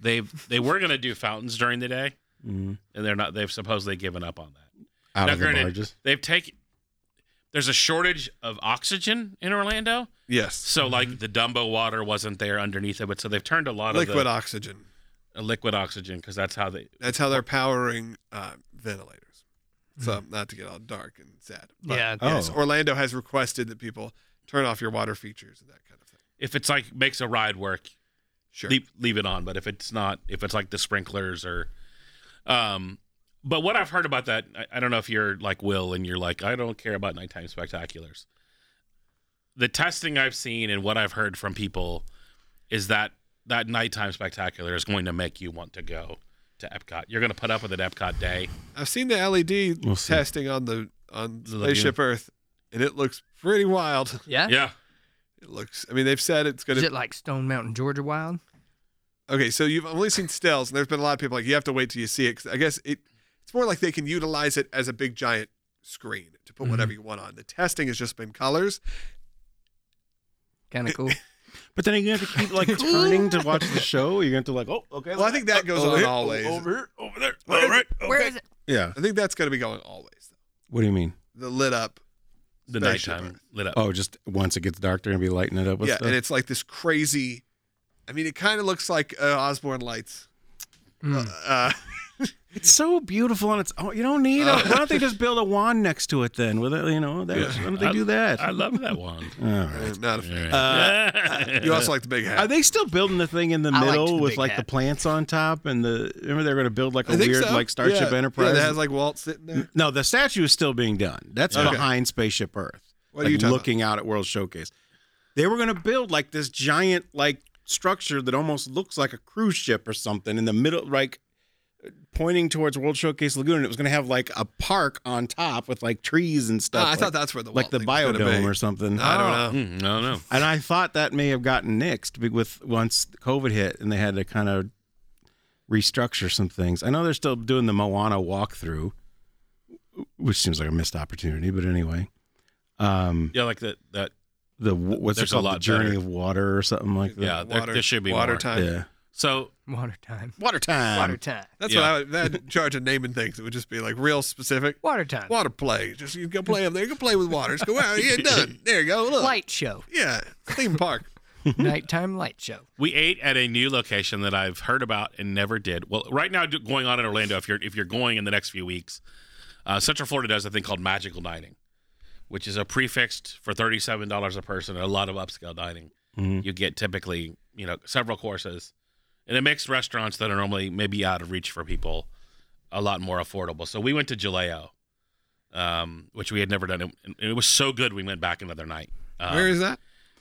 [SPEAKER 4] they they were going to do fountains during the day
[SPEAKER 3] Mm.
[SPEAKER 4] and they're not they've supposedly given up on that
[SPEAKER 3] Out
[SPEAKER 4] Now,
[SPEAKER 3] of the
[SPEAKER 4] granted,
[SPEAKER 3] barges.
[SPEAKER 4] they've taken there's a shortage of oxygen in orlando
[SPEAKER 2] yes.
[SPEAKER 3] Mm-hmm.
[SPEAKER 4] so like the dumbo water wasn't there underneath it but so they've turned a lot
[SPEAKER 2] Liquid
[SPEAKER 4] of
[SPEAKER 2] oxygen.
[SPEAKER 4] the, uh, liquid oxygen because that's how they
[SPEAKER 2] That's how they're powering uh, ventilators. So not to get all dark and sad. But
[SPEAKER 6] Mm-hmm. Yeah.
[SPEAKER 2] Yes.
[SPEAKER 3] Oh.
[SPEAKER 2] Orlando has requested that people turn off your water features and that kind of thing.
[SPEAKER 4] if it's like makes a ride work
[SPEAKER 2] Sure.
[SPEAKER 4] leave, leave it on. But if it's not, if it's like the sprinklers or, um, but what I've heard about that, I, I don't know if you're like Will and you're like, I don't care about nighttime spectaculars. The testing I've seen and what I've heard from people is that that nighttime spectacular is going to make you want to go to Epcot. You're going to put up with an Epcot day.
[SPEAKER 2] I've seen the LED
[SPEAKER 3] We'll see.
[SPEAKER 2] testing on the on
[SPEAKER 4] The lagoon.
[SPEAKER 2] spaceship Earth, and it looks pretty wild.
[SPEAKER 6] Yeah.
[SPEAKER 4] Yeah.
[SPEAKER 2] It looks. I mean, they've said it's gonna.
[SPEAKER 6] Is it like Stone Mountain, Georgia Wild?
[SPEAKER 2] okay, so you've only seen stills, and there's been a lot of people like you have to wait till you see it. 'cause I guess it. It's more like they can utilize it as a big giant screen to put whatever you want on. The testing has just been colors.
[SPEAKER 6] Kind of cool.
[SPEAKER 3] But then you're gonna have to keep like turning to watch the show. You're gonna have to like, oh, okay.
[SPEAKER 2] Well, I think that goes
[SPEAKER 3] over
[SPEAKER 2] on
[SPEAKER 3] here,
[SPEAKER 2] always.
[SPEAKER 3] Over here, over there. Oh.
[SPEAKER 5] all right,
[SPEAKER 6] Where is it?
[SPEAKER 3] Yeah.
[SPEAKER 2] I think that's gonna be going always.
[SPEAKER 3] What do you mean?
[SPEAKER 2] The lit up.
[SPEAKER 4] The
[SPEAKER 2] Spaceship
[SPEAKER 4] nighttime
[SPEAKER 2] Earth.
[SPEAKER 4] lit up.
[SPEAKER 3] Oh, just once it gets dark, they're gonna be lighting it up with
[SPEAKER 2] yeah,
[SPEAKER 3] stuff.
[SPEAKER 2] and it's like this crazy. I mean, it kind of looks like uh, Osborne lights.
[SPEAKER 6] Mm.
[SPEAKER 2] Uh,
[SPEAKER 3] It's so beautiful on its own. You don't need. A,
[SPEAKER 2] Uh.
[SPEAKER 3] why don't they just build a wand next to it then? With it, you know, that,
[SPEAKER 2] Yeah.
[SPEAKER 3] why don't they do that?
[SPEAKER 4] I love that one.
[SPEAKER 3] All right.
[SPEAKER 2] not a-
[SPEAKER 4] Uh,
[SPEAKER 2] you also like the big hat.
[SPEAKER 3] Are they still building the thing in the
[SPEAKER 6] I liked
[SPEAKER 3] middle
[SPEAKER 6] the
[SPEAKER 3] with
[SPEAKER 6] big
[SPEAKER 3] like the
[SPEAKER 6] hat.
[SPEAKER 3] plants on top and the? Remember they were gonna build like a
[SPEAKER 2] I think
[SPEAKER 3] weird
[SPEAKER 2] so.
[SPEAKER 3] like Starship
[SPEAKER 2] Yeah,
[SPEAKER 3] Enterprise.
[SPEAKER 2] Yeah, that has like Walt sitting there.
[SPEAKER 3] no, the statue is still being done. That's
[SPEAKER 2] Okay.
[SPEAKER 3] behind Spaceship Earth.
[SPEAKER 2] What
[SPEAKER 3] like
[SPEAKER 2] are you talking
[SPEAKER 3] looking out at World Showcase. They were going to build like this giant like structure that almost looks like a cruise ship or something in the middle, like pointing towards World Showcase Lagoon. And it was going to have like a park on top with like trees and
[SPEAKER 2] about?
[SPEAKER 3] stuff.
[SPEAKER 2] No, Ah, I
[SPEAKER 3] like,
[SPEAKER 2] thought that's where the
[SPEAKER 3] like
[SPEAKER 2] Walt
[SPEAKER 3] the
[SPEAKER 2] thing was gonna
[SPEAKER 3] biodome
[SPEAKER 2] be.
[SPEAKER 3] or something. Ah.
[SPEAKER 2] I don't know.
[SPEAKER 4] Mm, I don't know.
[SPEAKER 3] And I thought that may have gotten nixed be- with once COVID hit and they had to kind of restructure some things. I know they're still doing the Moana walkthrough, which seems like a missed opportunity, but anyway. Um,
[SPEAKER 4] Yeah, like that. That
[SPEAKER 3] the w- what's
[SPEAKER 4] There's
[SPEAKER 3] it
[SPEAKER 4] a
[SPEAKER 3] called?
[SPEAKER 4] lot
[SPEAKER 3] the journey
[SPEAKER 4] better.
[SPEAKER 3] of water or something like that.
[SPEAKER 4] yeah. There,
[SPEAKER 2] Water-
[SPEAKER 4] there should be
[SPEAKER 2] water
[SPEAKER 4] more.
[SPEAKER 2] time.
[SPEAKER 3] yeah.
[SPEAKER 4] So
[SPEAKER 6] Water time.
[SPEAKER 3] Water time.
[SPEAKER 6] Water time.
[SPEAKER 2] That's
[SPEAKER 4] Yeah.
[SPEAKER 2] what I would, that'd charge of naming things. It would just be like real specific.
[SPEAKER 6] Water time.
[SPEAKER 2] Water play. Just you go play up there. You can play with water. Just go out. Yeah, done. There you go. Look.
[SPEAKER 6] Light show.
[SPEAKER 2] Yeah. Theme park.
[SPEAKER 6] Nighttime light show.
[SPEAKER 4] We ate at a new location that I've heard about and never did. Well, right now do- going on in Orlando, if you're if you're going in the next few weeks, uh, Central Florida does a thing called magical dining, which is a prefixed for thirty seven dollars a person. A lot of upscale dining
[SPEAKER 3] Mhm.
[SPEAKER 4] you get typically, you know, several courses, and it makes restaurants that are normally maybe out of reach for people a lot more affordable. So we went to Jaleo, um, which we had never done, and it was so good we went back another night. Um,
[SPEAKER 2] Where is that?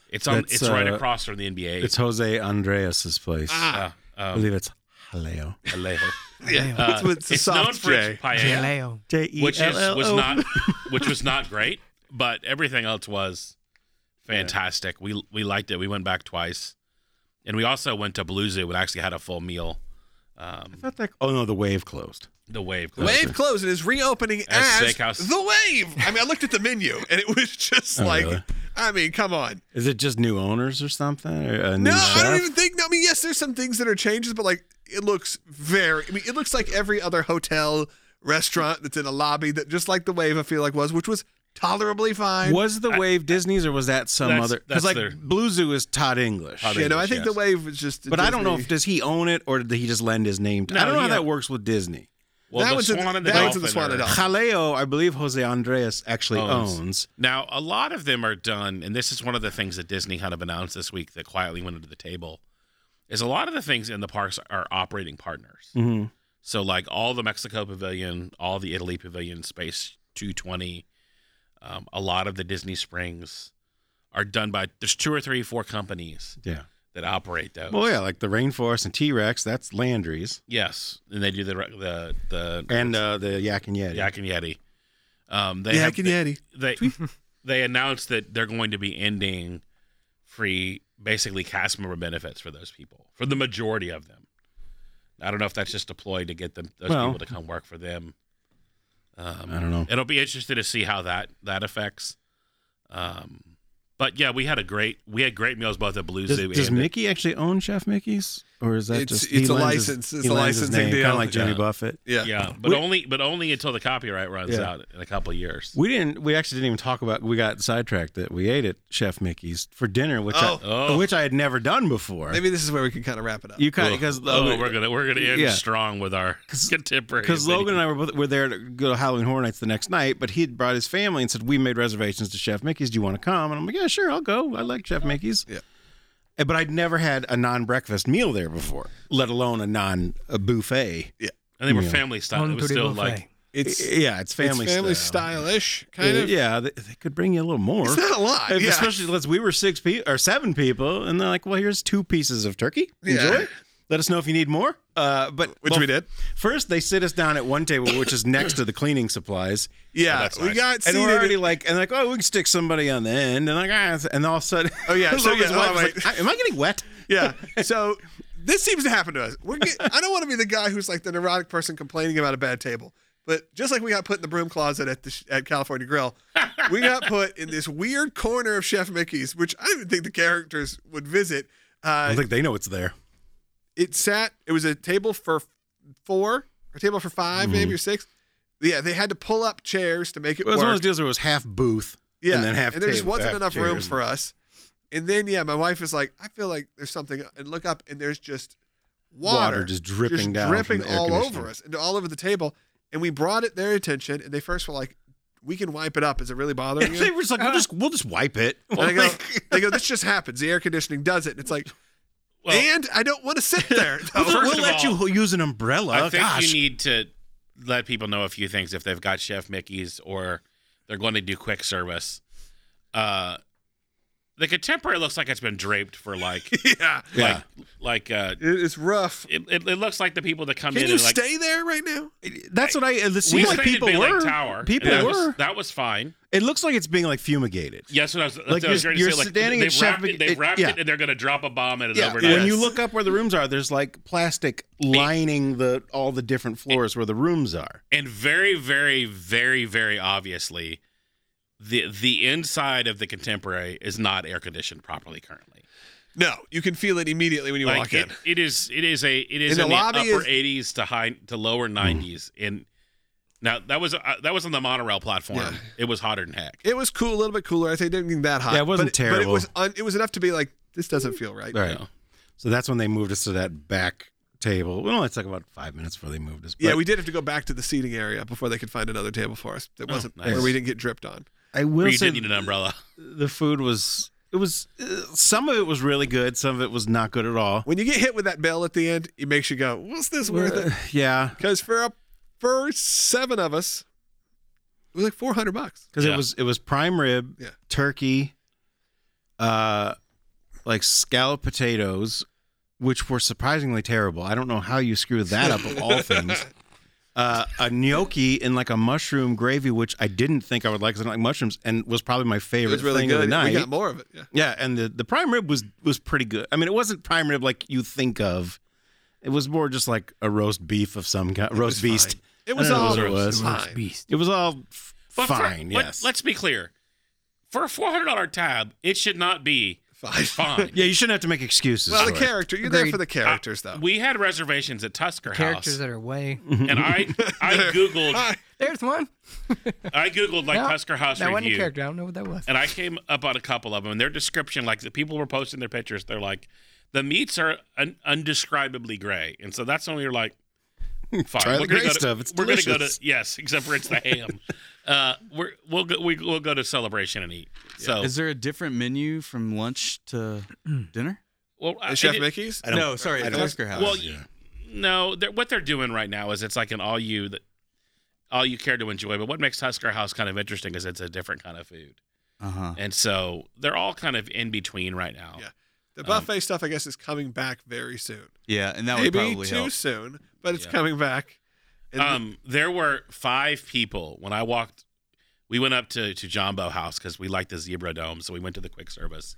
[SPEAKER 4] it's on?
[SPEAKER 3] That's,
[SPEAKER 4] It's right
[SPEAKER 3] uh,
[SPEAKER 4] across from the NBA.
[SPEAKER 3] It's Jose Andreas's place.
[SPEAKER 4] uh,
[SPEAKER 3] I
[SPEAKER 4] um,
[SPEAKER 3] believe it's Haleo.
[SPEAKER 4] Alejo.
[SPEAKER 2] Yeah.
[SPEAKER 4] Uh,
[SPEAKER 2] it's with the
[SPEAKER 4] it's
[SPEAKER 2] soft
[SPEAKER 4] known for its
[SPEAKER 2] J.
[SPEAKER 4] paella,
[SPEAKER 6] Jaleo.
[SPEAKER 3] J E
[SPEAKER 4] which is, was
[SPEAKER 3] LLO.
[SPEAKER 4] not which was not great, but everything else was fantastic. We we liked it. We went back twice, And we also went to Blue Zoo and actually had a full meal. Um,
[SPEAKER 3] Not that. Oh no, the wave closed.
[SPEAKER 4] the Wave Club.
[SPEAKER 2] Wave closed and is reopening
[SPEAKER 4] As
[SPEAKER 2] as,
[SPEAKER 4] Steakhouse.
[SPEAKER 2] the Wave. I mean, I looked at the menu and it was just
[SPEAKER 3] Oh,
[SPEAKER 2] like,
[SPEAKER 3] really?
[SPEAKER 2] I mean, come on.
[SPEAKER 3] Is it just new owners or something? Or a new
[SPEAKER 2] No, I don't
[SPEAKER 3] chef?
[SPEAKER 2] even think. No, I mean, yes, there's some things that are changes, but like it looks very. I mean, it looks like every other hotel restaurant that's in a lobby that just like the Wave. I feel like was, which was tolerably fine.
[SPEAKER 3] Was the wave Disney's or was that some
[SPEAKER 4] That's-
[SPEAKER 3] other?
[SPEAKER 4] that's
[SPEAKER 3] Because like
[SPEAKER 4] their-
[SPEAKER 3] Blue Zoo is Todd English,
[SPEAKER 4] Todd
[SPEAKER 2] You know, I
[SPEAKER 4] English,
[SPEAKER 2] think
[SPEAKER 4] yes.
[SPEAKER 2] the Wave was just.
[SPEAKER 3] but I don't know if
[SPEAKER 2] Disney-
[SPEAKER 3] does he own it or did he just lend his name? to
[SPEAKER 4] No,
[SPEAKER 3] I don't know
[SPEAKER 4] he
[SPEAKER 3] how that
[SPEAKER 4] own-
[SPEAKER 3] works with Disney.
[SPEAKER 4] Well,
[SPEAKER 2] That
[SPEAKER 4] the
[SPEAKER 2] one's in-
[SPEAKER 4] Swan and
[SPEAKER 2] that one's in the
[SPEAKER 4] Dolphin
[SPEAKER 2] Swan and
[SPEAKER 4] are-
[SPEAKER 2] Dolphin.
[SPEAKER 3] Jaleo, I believe Jose Andreas actually
[SPEAKER 4] Owns.
[SPEAKER 3] owns.
[SPEAKER 4] Now, a lot of them are done, and this is one of the things that Disney kind of announced this week that quietly went under the table, is a lot of the things in the parks are operating partners.
[SPEAKER 3] Mhm.
[SPEAKER 4] So, like all the Mexico Pavilion, all the Italy Pavilion, Space 220, um, a lot of the Disney Springs are done by, there's two or three, four companies
[SPEAKER 3] Yeah.
[SPEAKER 4] that operate those.
[SPEAKER 3] Well, yeah, like the Rainforest and T Rex. That's Landry's
[SPEAKER 4] Yes, and they do the, the, the
[SPEAKER 3] and uh, the Yak and Yeti.
[SPEAKER 4] Yak and Yeti. Um, they
[SPEAKER 2] Yeah,
[SPEAKER 4] have-
[SPEAKER 2] Yak and
[SPEAKER 4] they-
[SPEAKER 2] Yeti.
[SPEAKER 4] they they announced that they're going to be ending free basically cast member benefits for those people for the majority of them i don't know if that's just a ploy to get them those
[SPEAKER 3] Well-
[SPEAKER 4] people to come work for them um,
[SPEAKER 3] I don't know.
[SPEAKER 4] it'll be interesting to see how that that affects um but yeah we had a great we had great meals both at blue
[SPEAKER 3] Does,
[SPEAKER 4] zoo
[SPEAKER 3] does
[SPEAKER 4] and at-
[SPEAKER 3] Mickey actually own Chef Mickey's, or is that
[SPEAKER 2] It's-
[SPEAKER 3] just
[SPEAKER 2] it's a
[SPEAKER 3] lends his-
[SPEAKER 2] license. It's
[SPEAKER 3] he
[SPEAKER 2] a
[SPEAKER 3] lends his
[SPEAKER 2] licensing
[SPEAKER 3] name,
[SPEAKER 2] deal.
[SPEAKER 3] Kind of like Jimmy
[SPEAKER 4] Yeah.
[SPEAKER 3] Buffet.
[SPEAKER 2] Yeah.
[SPEAKER 4] yeah but
[SPEAKER 3] We-
[SPEAKER 4] only but only until the copyright runs
[SPEAKER 3] Yeah.
[SPEAKER 4] out in a couple of years
[SPEAKER 3] We didn't. We actually didn't even talk about. We got sidetracked that we ate at Chef Mickey's for dinner, which
[SPEAKER 2] Oh.
[SPEAKER 3] I,
[SPEAKER 4] Oh.
[SPEAKER 3] which I had never done before.
[SPEAKER 2] Maybe this is where we can kind of wrap it up.
[SPEAKER 3] you kind of because
[SPEAKER 4] oh, we're gonna we're gonna end
[SPEAKER 3] Yeah.
[SPEAKER 4] strong with our contemporary
[SPEAKER 3] Because Logan
[SPEAKER 4] video.
[SPEAKER 3] and I were both were there to go to Halloween Horror Nights the next night, but he had brought his family and said, "We made reservations to Chef Mickey's. Do you want to come?" And I'm like, "Yeah, sure, I'll go. I like Chef Mickey's."
[SPEAKER 2] Yeah.
[SPEAKER 3] Eh, But I'd never had a non-breakfast meal there before, let alone a non a buffet.
[SPEAKER 4] and they were
[SPEAKER 3] Yeah.
[SPEAKER 4] family style it was
[SPEAKER 6] Monterey
[SPEAKER 4] still
[SPEAKER 6] buffet.
[SPEAKER 4] like
[SPEAKER 2] it's it's
[SPEAKER 3] yeah, it's family,
[SPEAKER 2] family,
[SPEAKER 3] style.
[SPEAKER 2] stylish kind of.
[SPEAKER 3] Yeah, they, they could bring you a little more.
[SPEAKER 2] It's not a lot.
[SPEAKER 3] And
[SPEAKER 2] Yeah.
[SPEAKER 3] Especially let's we were six people or seven people, and they're like, "Well, here's two pieces of turkey. Enjoy.
[SPEAKER 2] Yeah.
[SPEAKER 3] it. Let us know if you need more." Uh, but
[SPEAKER 2] Which
[SPEAKER 3] well,
[SPEAKER 2] we did.
[SPEAKER 3] First, they sit us down at one table, which is next to the cleaning supplies,
[SPEAKER 2] Yeah,
[SPEAKER 4] that's
[SPEAKER 2] we
[SPEAKER 4] nice.
[SPEAKER 2] got
[SPEAKER 3] and
[SPEAKER 2] seated.
[SPEAKER 3] we're already like, and like, oh, we can stick somebody on the end, and like, ah, and all of a sudden,
[SPEAKER 2] Oh, yeah, so,
[SPEAKER 3] Logan's
[SPEAKER 2] yeah,
[SPEAKER 3] wife
[SPEAKER 2] oh,
[SPEAKER 3] was
[SPEAKER 2] wait.
[SPEAKER 3] like, "I- am I getting wet?
[SPEAKER 2] Yeah. So this seems to happen to us. We're get, I don't want to be the guy who's like the neurotic person complaining about a bad table. But just like we got put in the broom closet at the sh- at California Grill, we got put in this weird corner of Chef Mickey's, which I don't even think the characters would visit.
[SPEAKER 3] I
[SPEAKER 2] Uh,
[SPEAKER 3] don't think they know it's there.
[SPEAKER 2] it sat. It was a table for four, a table for 5
[SPEAKER 3] Mm-hmm.
[SPEAKER 2] maybe or six. Yeah, they had to pull up chairs to make it
[SPEAKER 3] It was
[SPEAKER 2] work.
[SPEAKER 3] one of those deals where it was half booth,
[SPEAKER 2] Yeah,
[SPEAKER 3] and then half.
[SPEAKER 2] and there just
[SPEAKER 3] table-
[SPEAKER 2] wasn't
[SPEAKER 3] half
[SPEAKER 2] enough room
[SPEAKER 3] chairs.
[SPEAKER 2] for us. And then yeah, my wife is like, I feel like there's something, and look up, and there's just water,
[SPEAKER 3] Water just dripping
[SPEAKER 2] just
[SPEAKER 3] down from
[SPEAKER 2] dripping
[SPEAKER 3] the air
[SPEAKER 2] all
[SPEAKER 3] conditioner.
[SPEAKER 2] over us and all over the table. And we brought it their attention, and they first were like, "We can wipe it up. Is it really bothering
[SPEAKER 3] They
[SPEAKER 2] you?"
[SPEAKER 3] were just like, we'll just uh-huh. we'll just wipe it.
[SPEAKER 2] And I go, they go, "This just happens. The air conditioning does it." And it's like,
[SPEAKER 4] Well-
[SPEAKER 2] and I don't want to sit there.
[SPEAKER 3] We'll,
[SPEAKER 4] Well, first
[SPEAKER 3] we'll
[SPEAKER 4] of
[SPEAKER 3] let
[SPEAKER 4] all,
[SPEAKER 3] you use an umbrella.
[SPEAKER 4] I think
[SPEAKER 3] Gosh.
[SPEAKER 4] you need to let people know a few things if they've got Chef Mickey's or they're going to do quick service. Uh, the contemporary looks like it's been draped for like
[SPEAKER 2] yeah,
[SPEAKER 3] Yeah.
[SPEAKER 4] like like uh,
[SPEAKER 2] It- it's rough.
[SPEAKER 4] it, it, it looks like the people that come
[SPEAKER 2] Can
[SPEAKER 4] in
[SPEAKER 2] you
[SPEAKER 4] and like
[SPEAKER 2] stay there right now?
[SPEAKER 3] That's what I. It
[SPEAKER 4] we
[SPEAKER 3] seems like
[SPEAKER 4] stayed at
[SPEAKER 3] people
[SPEAKER 4] Big Lake
[SPEAKER 3] were.
[SPEAKER 4] Tower. and
[SPEAKER 3] people
[SPEAKER 4] that
[SPEAKER 3] were.
[SPEAKER 4] was, that was fine.
[SPEAKER 3] it looks like it's being like fumigated.
[SPEAKER 4] Yes, what I was, that's
[SPEAKER 3] Like,
[SPEAKER 4] what I was
[SPEAKER 3] you're-
[SPEAKER 4] going to
[SPEAKER 3] you're
[SPEAKER 4] say. Like
[SPEAKER 3] standing
[SPEAKER 4] they
[SPEAKER 3] at Chef
[SPEAKER 4] wrapped it, they
[SPEAKER 3] Mickey-
[SPEAKER 4] wrapped
[SPEAKER 3] yeah.
[SPEAKER 4] it, and they're going to drop a bomb at it
[SPEAKER 3] Yeah.
[SPEAKER 4] overnight.
[SPEAKER 3] When you look up where the rooms are, there's like plastic lining the all the different floors where the rooms are.
[SPEAKER 4] and very very very very obviously the the inside of the contemporary is not air conditioned properly currently
[SPEAKER 2] No, you can feel it immediately when you
[SPEAKER 4] like
[SPEAKER 2] walk
[SPEAKER 4] it,
[SPEAKER 2] in.
[SPEAKER 4] it is it is a it is
[SPEAKER 2] And the
[SPEAKER 4] in the,
[SPEAKER 2] lobby
[SPEAKER 4] upper
[SPEAKER 2] is- Hmm.
[SPEAKER 4] 80s to high to lower 90s and now that was uh, that was on the monorail platform
[SPEAKER 2] Yeah.
[SPEAKER 4] it was hotter than heck
[SPEAKER 2] It was cool, a little bit cooler. I think it didn't get that hot.
[SPEAKER 3] Yeah, it wasn't
[SPEAKER 2] but But it
[SPEAKER 3] terrible.
[SPEAKER 2] was un- it was enough to be like, this doesn't feel right.
[SPEAKER 3] All right.
[SPEAKER 4] Yeah.
[SPEAKER 3] So that's when they moved us to that back table. Well, it's like about five minutes before they moved us.
[SPEAKER 2] Yeah,
[SPEAKER 3] but
[SPEAKER 2] we did have to go back to the seating area before they could find another table for us that wasn't
[SPEAKER 4] nice.
[SPEAKER 2] where we didn't get dripped on.
[SPEAKER 3] I
[SPEAKER 4] Where
[SPEAKER 3] will
[SPEAKER 4] you
[SPEAKER 3] say
[SPEAKER 4] didn't need an umbrella
[SPEAKER 3] the food was. It was uh, some of it was really good, some of it was not good at all.
[SPEAKER 2] When you get hit with that bell at the end, it makes you go, "Was this worth it?"
[SPEAKER 3] Yeah,
[SPEAKER 2] Because for a, for seven of us, it was like four hundred bucks.
[SPEAKER 3] because
[SPEAKER 4] Yeah.
[SPEAKER 3] it was it was prime rib,
[SPEAKER 2] Yeah.
[SPEAKER 3] turkey, uh, like scalloped potatoes, which were surprisingly terrible. I don't know how you screw that up of all things. uh, a gnocchi in like a mushroom gravy, which I didn't think I would like because I don't like mushrooms, and was probably my
[SPEAKER 2] It
[SPEAKER 3] favorite
[SPEAKER 2] was really
[SPEAKER 3] thing
[SPEAKER 2] good.
[SPEAKER 3] of the night.
[SPEAKER 2] We got more of it. Yeah.
[SPEAKER 3] Yeah, and the the prime rib was was pretty good. I mean, it wasn't prime rib like you think of. It was more just like a roast beef of some kind, roast beast.
[SPEAKER 2] It
[SPEAKER 3] I
[SPEAKER 2] was
[SPEAKER 3] don't know
[SPEAKER 2] all
[SPEAKER 3] what it was.
[SPEAKER 2] fine.
[SPEAKER 6] beast.
[SPEAKER 3] It was all f-
[SPEAKER 4] But for-
[SPEAKER 3] fine.
[SPEAKER 4] let-
[SPEAKER 3] yes.
[SPEAKER 4] let's be clear. For a four hundred dollar tab, it should not be
[SPEAKER 2] Fine.
[SPEAKER 4] fine.
[SPEAKER 3] yeah, you shouldn't have to make excuses.
[SPEAKER 2] Well, the
[SPEAKER 3] for it.
[SPEAKER 2] character. You're there
[SPEAKER 6] Agreed.
[SPEAKER 2] for the characters, though.
[SPEAKER 4] We had reservations at Tusker
[SPEAKER 6] Characters
[SPEAKER 4] House,
[SPEAKER 6] that are way.
[SPEAKER 4] and I I googled
[SPEAKER 2] Hi.
[SPEAKER 6] There's one.
[SPEAKER 4] I googled like
[SPEAKER 6] No,
[SPEAKER 4] Tusker House
[SPEAKER 6] That wasn't a
[SPEAKER 4] review,
[SPEAKER 6] character. I don't know what that was.
[SPEAKER 4] and I came up on a couple of them. And their description, like the people were posting their pictures, they're like, the meats are un- undescribably gray, and so that's when we were like, fine,
[SPEAKER 3] Try the
[SPEAKER 4] gonna
[SPEAKER 3] gray
[SPEAKER 4] go to-
[SPEAKER 3] stuff. It's
[SPEAKER 4] we're gonna go
[SPEAKER 3] delicious.
[SPEAKER 4] to yes, except for it's the ham. uh, we're, we'll go we, we'll go to celebration and eat. So
[SPEAKER 5] Is there a different menu from lunch to dinner?
[SPEAKER 4] well, I-
[SPEAKER 2] Chef
[SPEAKER 4] it-
[SPEAKER 2] Mickey's.
[SPEAKER 3] I don't-
[SPEAKER 5] no, sorry,
[SPEAKER 3] I
[SPEAKER 5] at
[SPEAKER 3] don't-
[SPEAKER 5] Tusker House.
[SPEAKER 4] Well, y no, they're, what they're doing right now is it's like an all you that all you care to enjoy. But what makes Husker House kind of interesting is it's a different kind of food,
[SPEAKER 5] uh huh.
[SPEAKER 4] and so they're all kind of in between right now.
[SPEAKER 2] Yeah. The buffet stuff, I guess, is coming back very soon.
[SPEAKER 5] Yeah, and that would
[SPEAKER 2] Maybe
[SPEAKER 5] probably
[SPEAKER 2] too
[SPEAKER 5] help.
[SPEAKER 2] soon, but it's
[SPEAKER 4] Yeah.
[SPEAKER 2] coming back. And
[SPEAKER 4] Um, there were five people when I walked. We went up to to Jumbo House because we like the zebra dome, so we went to the quick service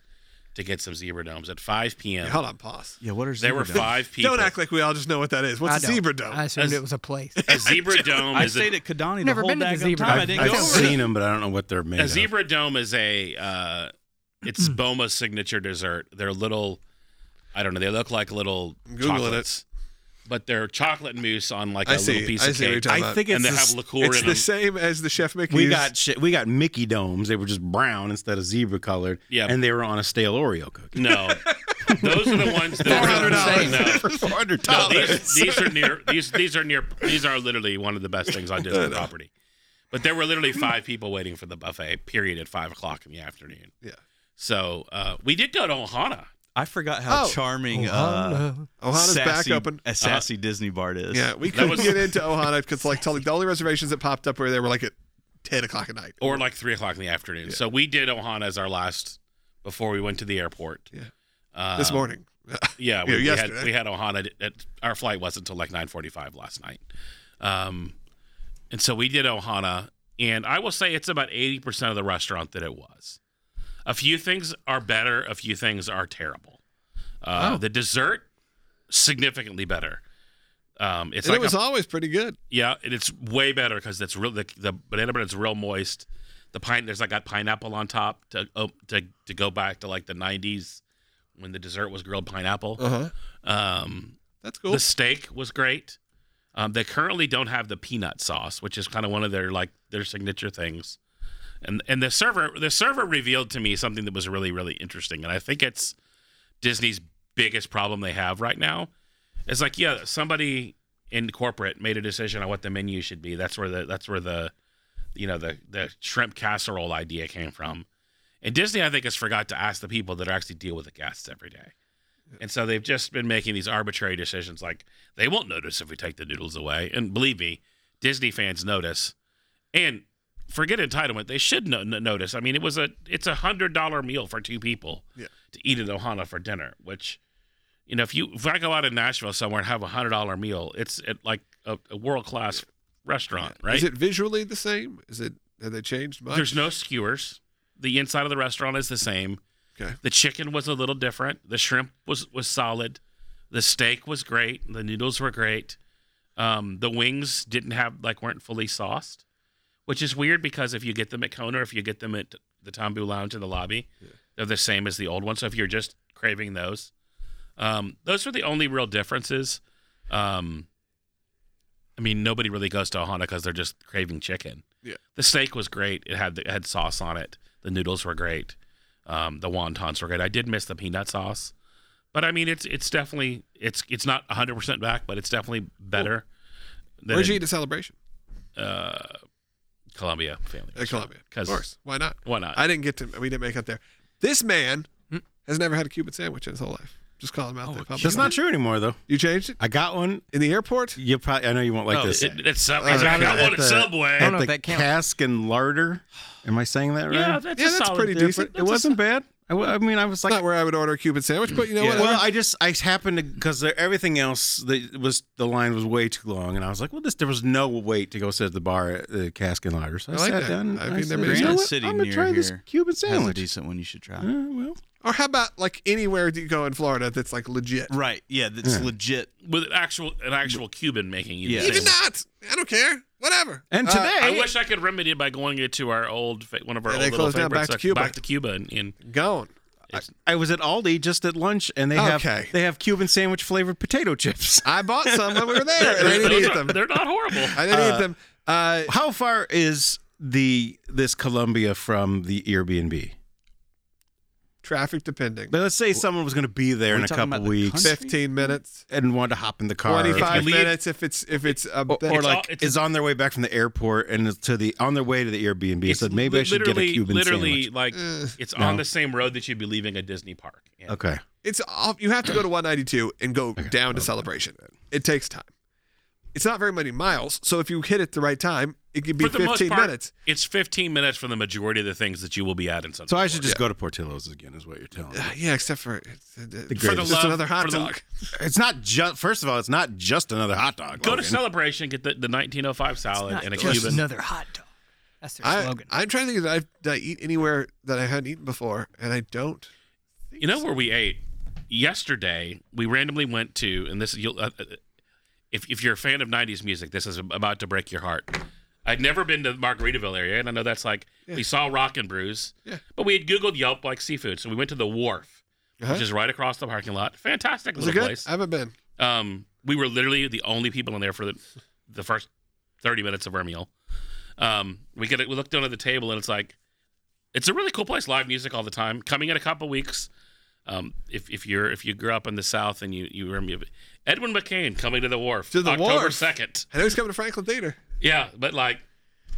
[SPEAKER 4] to get some zebra domes at 5 p.m.
[SPEAKER 2] hold on, pause.
[SPEAKER 5] Yeah, what are
[SPEAKER 4] there were
[SPEAKER 5] zebra dogs?
[SPEAKER 4] five people.
[SPEAKER 2] Don't act like we all just know what that is.
[SPEAKER 6] I
[SPEAKER 2] What's a
[SPEAKER 6] don't.
[SPEAKER 2] zebra dome?
[SPEAKER 6] I assumed
[SPEAKER 4] As-
[SPEAKER 6] it was a place.
[SPEAKER 4] a zebra dome
[SPEAKER 5] I
[SPEAKER 4] is a,
[SPEAKER 5] stayed at Kadani the
[SPEAKER 6] Never
[SPEAKER 5] whole
[SPEAKER 6] been to the
[SPEAKER 5] daggone
[SPEAKER 6] zebra
[SPEAKER 5] time. I
[SPEAKER 6] dog.
[SPEAKER 5] didn't
[SPEAKER 3] I've
[SPEAKER 5] go.
[SPEAKER 3] seen them, but I don't know what they're made
[SPEAKER 4] a
[SPEAKER 3] of.
[SPEAKER 4] zebra dome is a uh, it's
[SPEAKER 2] Mm.
[SPEAKER 4] Boma's signature dessert. They're little, I don't know, they look like little
[SPEAKER 2] I'm Googling it.
[SPEAKER 4] chocolates, but they're chocolate mousse on like a
[SPEAKER 2] I see.
[SPEAKER 4] little piece
[SPEAKER 2] I
[SPEAKER 4] of
[SPEAKER 2] see what you're
[SPEAKER 4] cake,
[SPEAKER 2] talking
[SPEAKER 5] I
[SPEAKER 2] about.
[SPEAKER 5] think it's
[SPEAKER 4] and they
[SPEAKER 5] the
[SPEAKER 4] have
[SPEAKER 5] s-
[SPEAKER 4] liqueur
[SPEAKER 2] It's
[SPEAKER 4] in
[SPEAKER 2] the
[SPEAKER 4] them.
[SPEAKER 2] same as the Chef Mickey's.
[SPEAKER 3] We got shit. We got Mickey domes. They were just brown instead of zebra colored.
[SPEAKER 4] Yeah.
[SPEAKER 3] and they were on a stale Oreo cookie.
[SPEAKER 4] No, those are the ones that
[SPEAKER 6] $400
[SPEAKER 4] No.
[SPEAKER 3] for four hundred
[SPEAKER 4] No, these, these are near. These these are near. These are literally one of the best things on Disney property. But there were literally five people waiting for the buffet. Period at five o'clock in the afternoon.
[SPEAKER 2] Yeah.
[SPEAKER 4] So uh, we did go to Ohana.
[SPEAKER 5] I forgot how
[SPEAKER 2] Oh.
[SPEAKER 5] charming
[SPEAKER 6] Oh,
[SPEAKER 5] uh,
[SPEAKER 6] no.
[SPEAKER 2] Ohana's back
[SPEAKER 5] sassy-
[SPEAKER 2] open.
[SPEAKER 5] a sassy Disney Bart is.
[SPEAKER 2] Yeah, we
[SPEAKER 4] That
[SPEAKER 2] couldn't
[SPEAKER 4] was-
[SPEAKER 2] get into Ohana because like totally the only reservations that popped up were there were like at ten o'clock at night.
[SPEAKER 4] or like three o'clock in the afternoon. So we did Ohana as our last before we went to the airport.
[SPEAKER 2] Yeah.
[SPEAKER 4] Uh,
[SPEAKER 2] this morning. Yeah,
[SPEAKER 4] Yeah, we, we had
[SPEAKER 2] yesterday.
[SPEAKER 4] we had Ohana. At, at- our flight wasn't until like nine forty-five last night, um, and so we did Ohana. And I will say it's about eighty percent of the restaurant that it was. A few things are better. A few things are terrible.
[SPEAKER 2] Oh.
[SPEAKER 4] Uh, The dessert significantly better. Um, it's
[SPEAKER 2] and
[SPEAKER 4] like
[SPEAKER 2] it was
[SPEAKER 4] a-
[SPEAKER 2] always pretty good.
[SPEAKER 4] yeah, and it's way better because it's real. The, the banana bread's real moist. The pine there's like got pineapple on top to oh, to to go back to like the '90s when the dessert was grilled pineapple.
[SPEAKER 2] huh.
[SPEAKER 4] Um,
[SPEAKER 2] That's cool.
[SPEAKER 4] The steak was great. Um, they currently don't have the peanut sauce, which is kind of one of their like their signature things. And and the server the server revealed to me something that was really really interesting, and I think it's Disney's biggest problem they have right now. It's like yeah, somebody in corporate made a decision on what the menu should be. That's where the that's where the you know the the shrimp casserole idea came from. And Disney, I think, has forgot to ask the people that actually deal with the guests every day. And so they've just been making these arbitrary decisions like they won't notice if we take the noodles away. And believe me, Disney fans notice. And forget entitlement, they should no- no- notice. I mean, it was a it's a hundred dollar meal for two people
[SPEAKER 2] Yeah.
[SPEAKER 4] to eat at Ohana for dinner, which you know, if you if I go out in Nashville somewhere and have a hundred dollar meal, it's at like a, a world class restaurant, right?
[SPEAKER 2] Is it visually the same? Is it have they changed much?
[SPEAKER 4] There's no skewers. The inside of the restaurant is the same.
[SPEAKER 2] Okay.
[SPEAKER 4] The chicken was a little different. The shrimp was was solid. The steak was great. The noodles were great. Um, the wings didn't have like weren't fully sauced, which is weird because if you get them at Kona or if you get them at the Tombu Lounge in the lobby, they're the same as the old one. So if you're just craving those, um, those are the only real differences. Um, I mean, nobody really goes to Ohana because they're just craving chicken.
[SPEAKER 2] Yeah.
[SPEAKER 4] The steak was great. It had the, it had sauce on it. The noodles were great. Um, the wontons were great. I did miss the peanut sauce, but I mean, it's it's definitely it's it's not 100 percent back, but it's definitely better. than
[SPEAKER 2] Where'd you eat a celebration?
[SPEAKER 4] uh, Columbia family?
[SPEAKER 2] At Columbia. Of
[SPEAKER 4] 'Cause-
[SPEAKER 2] course. Why not?
[SPEAKER 4] Why not?
[SPEAKER 2] I didn't get to we didn't make out there. This man
[SPEAKER 4] Hmm?
[SPEAKER 2] has never had a Cuban sandwich in his whole life. Just call him
[SPEAKER 4] Oh,
[SPEAKER 2] out there publicly.
[SPEAKER 3] That's not true anymore, though.
[SPEAKER 2] You changed it?
[SPEAKER 3] I got one.
[SPEAKER 2] In the airport?
[SPEAKER 3] You probably. I know you won't like
[SPEAKER 4] Oh,
[SPEAKER 3] this.
[SPEAKER 4] it- it's sub-
[SPEAKER 2] I
[SPEAKER 4] I
[SPEAKER 2] got it
[SPEAKER 4] got one
[SPEAKER 3] at
[SPEAKER 4] at
[SPEAKER 3] the-
[SPEAKER 6] I
[SPEAKER 4] Subway.
[SPEAKER 6] don't know if
[SPEAKER 3] the
[SPEAKER 6] that counts.
[SPEAKER 3] cask and larder. Am I saying that right?
[SPEAKER 4] Yeah, that's,
[SPEAKER 2] Yeah,
[SPEAKER 4] a
[SPEAKER 2] that's
[SPEAKER 4] solid
[SPEAKER 2] pretty
[SPEAKER 4] dip.
[SPEAKER 2] decent.
[SPEAKER 3] it wasn't bad. I, w- I mean, I was like,
[SPEAKER 2] Not where I would order a Cuban sandwich, but you know
[SPEAKER 3] Yeah.
[SPEAKER 2] what?
[SPEAKER 3] Well, I just I happened to because everything else that was the line was way too long, and I was like, well, this there was no wait to go sit at the bar at the Cask and Lager. So I,
[SPEAKER 2] I like
[SPEAKER 3] sat
[SPEAKER 2] that.
[SPEAKER 3] down. and
[SPEAKER 2] I've
[SPEAKER 3] I
[SPEAKER 2] been
[SPEAKER 3] said,
[SPEAKER 2] there
[SPEAKER 3] "You
[SPEAKER 2] many
[SPEAKER 3] know
[SPEAKER 2] times.
[SPEAKER 3] what?
[SPEAKER 5] City
[SPEAKER 3] I'm gonna
[SPEAKER 5] near
[SPEAKER 3] try this
[SPEAKER 5] here
[SPEAKER 3] Cuban
[SPEAKER 5] That's a
[SPEAKER 3] sandwich.
[SPEAKER 5] decent one you should try.
[SPEAKER 3] Uh, well,
[SPEAKER 2] Or how about like anywhere you go in Florida that's like legit?
[SPEAKER 5] Right. Yeah, that's legit.
[SPEAKER 4] with an actual an actual Cuban making you.
[SPEAKER 5] Yeah.
[SPEAKER 4] the
[SPEAKER 2] Even
[SPEAKER 4] same.
[SPEAKER 2] not. I don't care. Whatever.
[SPEAKER 3] and
[SPEAKER 2] Uh,
[SPEAKER 3] today
[SPEAKER 4] I wish I could remedy it by going into our old fa- one of our
[SPEAKER 2] Yeah,
[SPEAKER 4] old
[SPEAKER 2] they
[SPEAKER 4] little
[SPEAKER 2] closed down
[SPEAKER 4] favorites,
[SPEAKER 2] Back to
[SPEAKER 4] like,
[SPEAKER 2] Cuba.
[SPEAKER 4] back to Cuba, and, and
[SPEAKER 2] Gone.
[SPEAKER 3] I was at Aldi just at lunch, and they
[SPEAKER 2] Okay.
[SPEAKER 3] have they have Cuban sandwich flavored potato chips.
[SPEAKER 2] I bought some when we were there, and I
[SPEAKER 4] they're,
[SPEAKER 2] didn't eat
[SPEAKER 4] not,
[SPEAKER 2] them.
[SPEAKER 4] they're not horrible.
[SPEAKER 2] I didn't eat them. Uh,
[SPEAKER 3] How far is the this Columbia from the Airbnb?
[SPEAKER 2] traffic depending.
[SPEAKER 3] But let's say someone was going to be there
[SPEAKER 5] Are
[SPEAKER 3] in
[SPEAKER 5] we
[SPEAKER 3] a
[SPEAKER 5] talking about
[SPEAKER 3] couple
[SPEAKER 5] the
[SPEAKER 3] weeks
[SPEAKER 5] country?
[SPEAKER 2] Fifteen minutes.
[SPEAKER 3] and wanted to hop in the car.
[SPEAKER 2] Twenty-five
[SPEAKER 4] leave-
[SPEAKER 2] minutes if it's if it's a
[SPEAKER 3] or, or
[SPEAKER 4] It's all-
[SPEAKER 3] like
[SPEAKER 4] it's-
[SPEAKER 3] is on their way back from the airport and is to the on their way to the Airbnb. So maybe I
[SPEAKER 4] li-
[SPEAKER 3] should get a
[SPEAKER 4] literally-
[SPEAKER 3] Cuban
[SPEAKER 4] literally
[SPEAKER 3] sandwich.
[SPEAKER 4] like it's on the same road that you'd be leaving a Disney park. And
[SPEAKER 3] Okay,
[SPEAKER 2] It's off. You have to go to 192 and go down to Celebration. It takes time. It's not very many miles, so if you hit it the right time, it could be
[SPEAKER 4] For the most
[SPEAKER 2] 15
[SPEAKER 4] part,
[SPEAKER 2] minutes.
[SPEAKER 4] it's 15 minutes for the majority of the things that you will be at in Sunset.
[SPEAKER 3] so I should just go to Portillo's again, is what you're telling me.
[SPEAKER 2] Uh, yeah, except for, it's uh,
[SPEAKER 3] greatest.
[SPEAKER 2] for the just
[SPEAKER 4] love-
[SPEAKER 2] another hot
[SPEAKER 4] for the-
[SPEAKER 2] dog.
[SPEAKER 3] It's not just. First of all, it's not just another hot dog.
[SPEAKER 4] Go to
[SPEAKER 3] Logan.
[SPEAKER 4] Celebration, get the, the 1905 salad
[SPEAKER 6] Not
[SPEAKER 4] and a
[SPEAKER 6] just
[SPEAKER 4] Cuban.
[SPEAKER 6] another hot dog. That's their
[SPEAKER 2] I,
[SPEAKER 6] slogan.
[SPEAKER 2] I'm trying to think. That I've, did I eat anywhere that I hadn't eaten before? And I don't.
[SPEAKER 4] You know where we ate yesterday? We randomly went to, and this you'll, uh, uh, if if you're a fan of '90s music, this is about to break your heart. I'd never been to the Margaritaville area, and I know that's like we saw Rock and Brews,
[SPEAKER 2] Yeah.
[SPEAKER 4] but we had Googled Yelp like seafood, so we went to the Wharf,
[SPEAKER 2] Uh-huh.
[SPEAKER 4] which is right across the parking lot. Fantastic
[SPEAKER 2] Was it
[SPEAKER 4] little
[SPEAKER 2] good?
[SPEAKER 4] place.
[SPEAKER 2] I haven't been.
[SPEAKER 4] Um, we were literally the only people in there for the, the first 30 minutes of our meal. Um, we get we look down at the table and it's like, it's a really cool place. Live music all the time. Coming in a couple weeks. Um, if, if you're if you grew up in the South and you you remember Edwin McCain coming to the wharf
[SPEAKER 2] To the
[SPEAKER 4] October
[SPEAKER 2] Wharf.
[SPEAKER 4] second.
[SPEAKER 2] I know he's coming to Franklin Theater.
[SPEAKER 4] Yeah, but like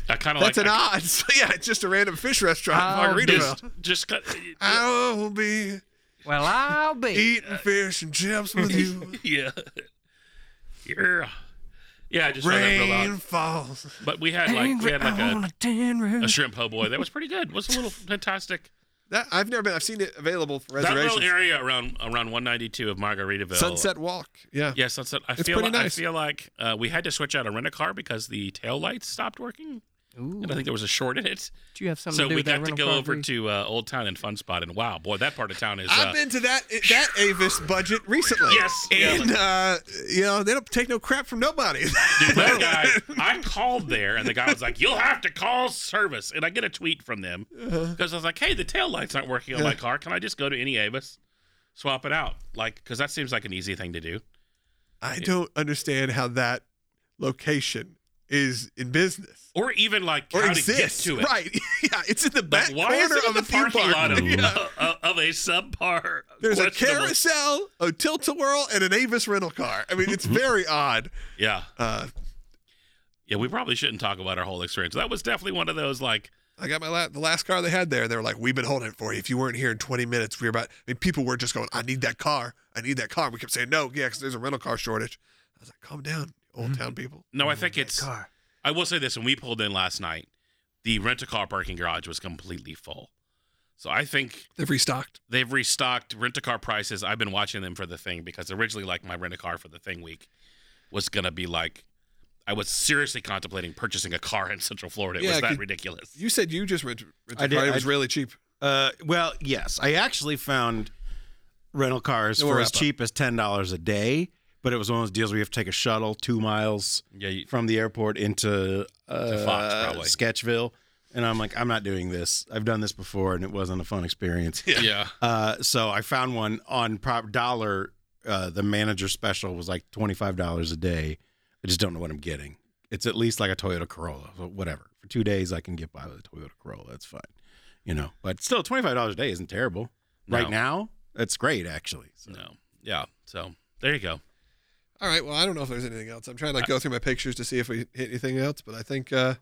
[SPEAKER 4] I kind of like
[SPEAKER 2] That's an
[SPEAKER 4] Oh, I-
[SPEAKER 2] odd. yeah, it's just a random fish restaurant
[SPEAKER 6] I'll
[SPEAKER 2] in
[SPEAKER 4] just
[SPEAKER 2] Margaritaville.
[SPEAKER 4] just cut-
[SPEAKER 2] I will be
[SPEAKER 6] well, I'll be.
[SPEAKER 2] eating fish and chips with you.
[SPEAKER 4] yeah yeah yeah. I just found that real
[SPEAKER 2] Rain
[SPEAKER 4] odd.
[SPEAKER 2] falls.
[SPEAKER 4] But we had like we
[SPEAKER 6] Angry,
[SPEAKER 4] had like
[SPEAKER 6] I
[SPEAKER 4] a,
[SPEAKER 6] want a tin roof.
[SPEAKER 4] a shrimp po' boy that was pretty good. It was a little fantastic.
[SPEAKER 2] That I've never been. I've seen it available for
[SPEAKER 4] That
[SPEAKER 2] reservations.
[SPEAKER 4] little area around around 192 of Margaritaville.
[SPEAKER 2] Sunset Walk. Yeah.
[SPEAKER 4] Yeah, sunset. I
[SPEAKER 2] It's
[SPEAKER 4] feel
[SPEAKER 2] pretty
[SPEAKER 4] like,
[SPEAKER 2] nice.
[SPEAKER 4] I feel like uh, we had to switch out a rent a car because the tail lights stopped working,
[SPEAKER 6] Ooh,
[SPEAKER 4] and I think there was a short in it.
[SPEAKER 6] do you have something
[SPEAKER 4] so
[SPEAKER 6] to do
[SPEAKER 4] we
[SPEAKER 6] with that
[SPEAKER 4] got to
[SPEAKER 6] rental
[SPEAKER 4] go
[SPEAKER 6] car,
[SPEAKER 4] over
[SPEAKER 6] Bree?
[SPEAKER 4] to uh, Old Town and Fun Spot, and wow, boy, that part of town is. Uh,
[SPEAKER 2] I've been to that that Avis budget recently.
[SPEAKER 4] Yes,
[SPEAKER 2] and
[SPEAKER 4] yeah.
[SPEAKER 2] uh, you know they don't take no crap from nobody.
[SPEAKER 4] dude, that guy. I called there, and the guy was like, "You'll have to call service." And I get a tweet from them
[SPEAKER 2] Uh-huh.
[SPEAKER 4] because I was like, "Hey, the tail lights aren't working on my car. Can I just go to any Avis, swap it out? Like, because that seems like an easy thing to do."
[SPEAKER 2] I don't understand how that location is in business
[SPEAKER 4] or even like
[SPEAKER 2] or
[SPEAKER 4] how
[SPEAKER 2] exists.
[SPEAKER 4] to get to it.
[SPEAKER 2] Right? yeah, it's in the back
[SPEAKER 4] Like, why is
[SPEAKER 2] corner
[SPEAKER 4] it in
[SPEAKER 2] of
[SPEAKER 4] the
[SPEAKER 2] a theme
[SPEAKER 4] parking
[SPEAKER 2] park.
[SPEAKER 4] lot of,
[SPEAKER 2] Yeah.
[SPEAKER 4] of, of a subpar?
[SPEAKER 2] There's a
[SPEAKER 4] questionable-
[SPEAKER 2] carousel, a tilt a whirl, and an Avis rental car. I mean, it's very odd.
[SPEAKER 4] Yeah,
[SPEAKER 2] Uh,
[SPEAKER 4] yeah. We probably shouldn't talk about our whole experience. That was definitely one of those like,
[SPEAKER 2] I got my la- the last car they had there. They were like, "We've been holding it for you. If you weren't here in 20 minutes, we were about." I mean, people were just going, "I need that car. I need that car." We kept saying, "No, yeah, 'cause there's a rental car shortage." I was like, "Calm down,
[SPEAKER 4] Mm-hmm.
[SPEAKER 2] old town people."
[SPEAKER 4] no. I think it's. I will say this: when we pulled in last night, the rent a car parking garage was completely full. So I think
[SPEAKER 2] They've restocked.
[SPEAKER 4] they've restocked rent a car prices. I've been watching them for the thing because originally, like my rent a car for the thing week was gonna be like, I was seriously contemplating purchasing a car in Central Florida. It
[SPEAKER 2] Yeah,
[SPEAKER 4] was that
[SPEAKER 2] could-
[SPEAKER 4] ridiculous.
[SPEAKER 2] You said you just rented. rented
[SPEAKER 3] I did-
[SPEAKER 2] car. It was
[SPEAKER 3] I-
[SPEAKER 2] really cheap.
[SPEAKER 3] Uh, well, yes, I actually found rental cars
[SPEAKER 2] Then we'll
[SPEAKER 3] for
[SPEAKER 2] wrap
[SPEAKER 3] as cheap as ten dollars a day, but it was one of those deals where you have to take a shuttle two miles
[SPEAKER 4] Yeah, you,
[SPEAKER 3] from the airport into uh,
[SPEAKER 4] Fox, probably.
[SPEAKER 3] Sketchville, and I'm like, I'm not doing this. I've done this before, and it wasn't a fun experience.
[SPEAKER 4] yeah.
[SPEAKER 3] Uh, so I found one on prop dollar. Uh, the manager special was like twenty five dollars a day. I just don't know what I'm getting. It's at least like a Toyota Corolla, so whatever. For two days, I can get by with a Toyota Corolla. That's fine, you know. But still, twenty five dollars a day isn't terrible
[SPEAKER 4] No.
[SPEAKER 3] right now. That's great, actually. So.
[SPEAKER 4] No. Yeah. So there you go.
[SPEAKER 2] All right. Well, I don't know if there's anything else. I'm trying to go through my pictures to see if we hit anything else, but I think uh,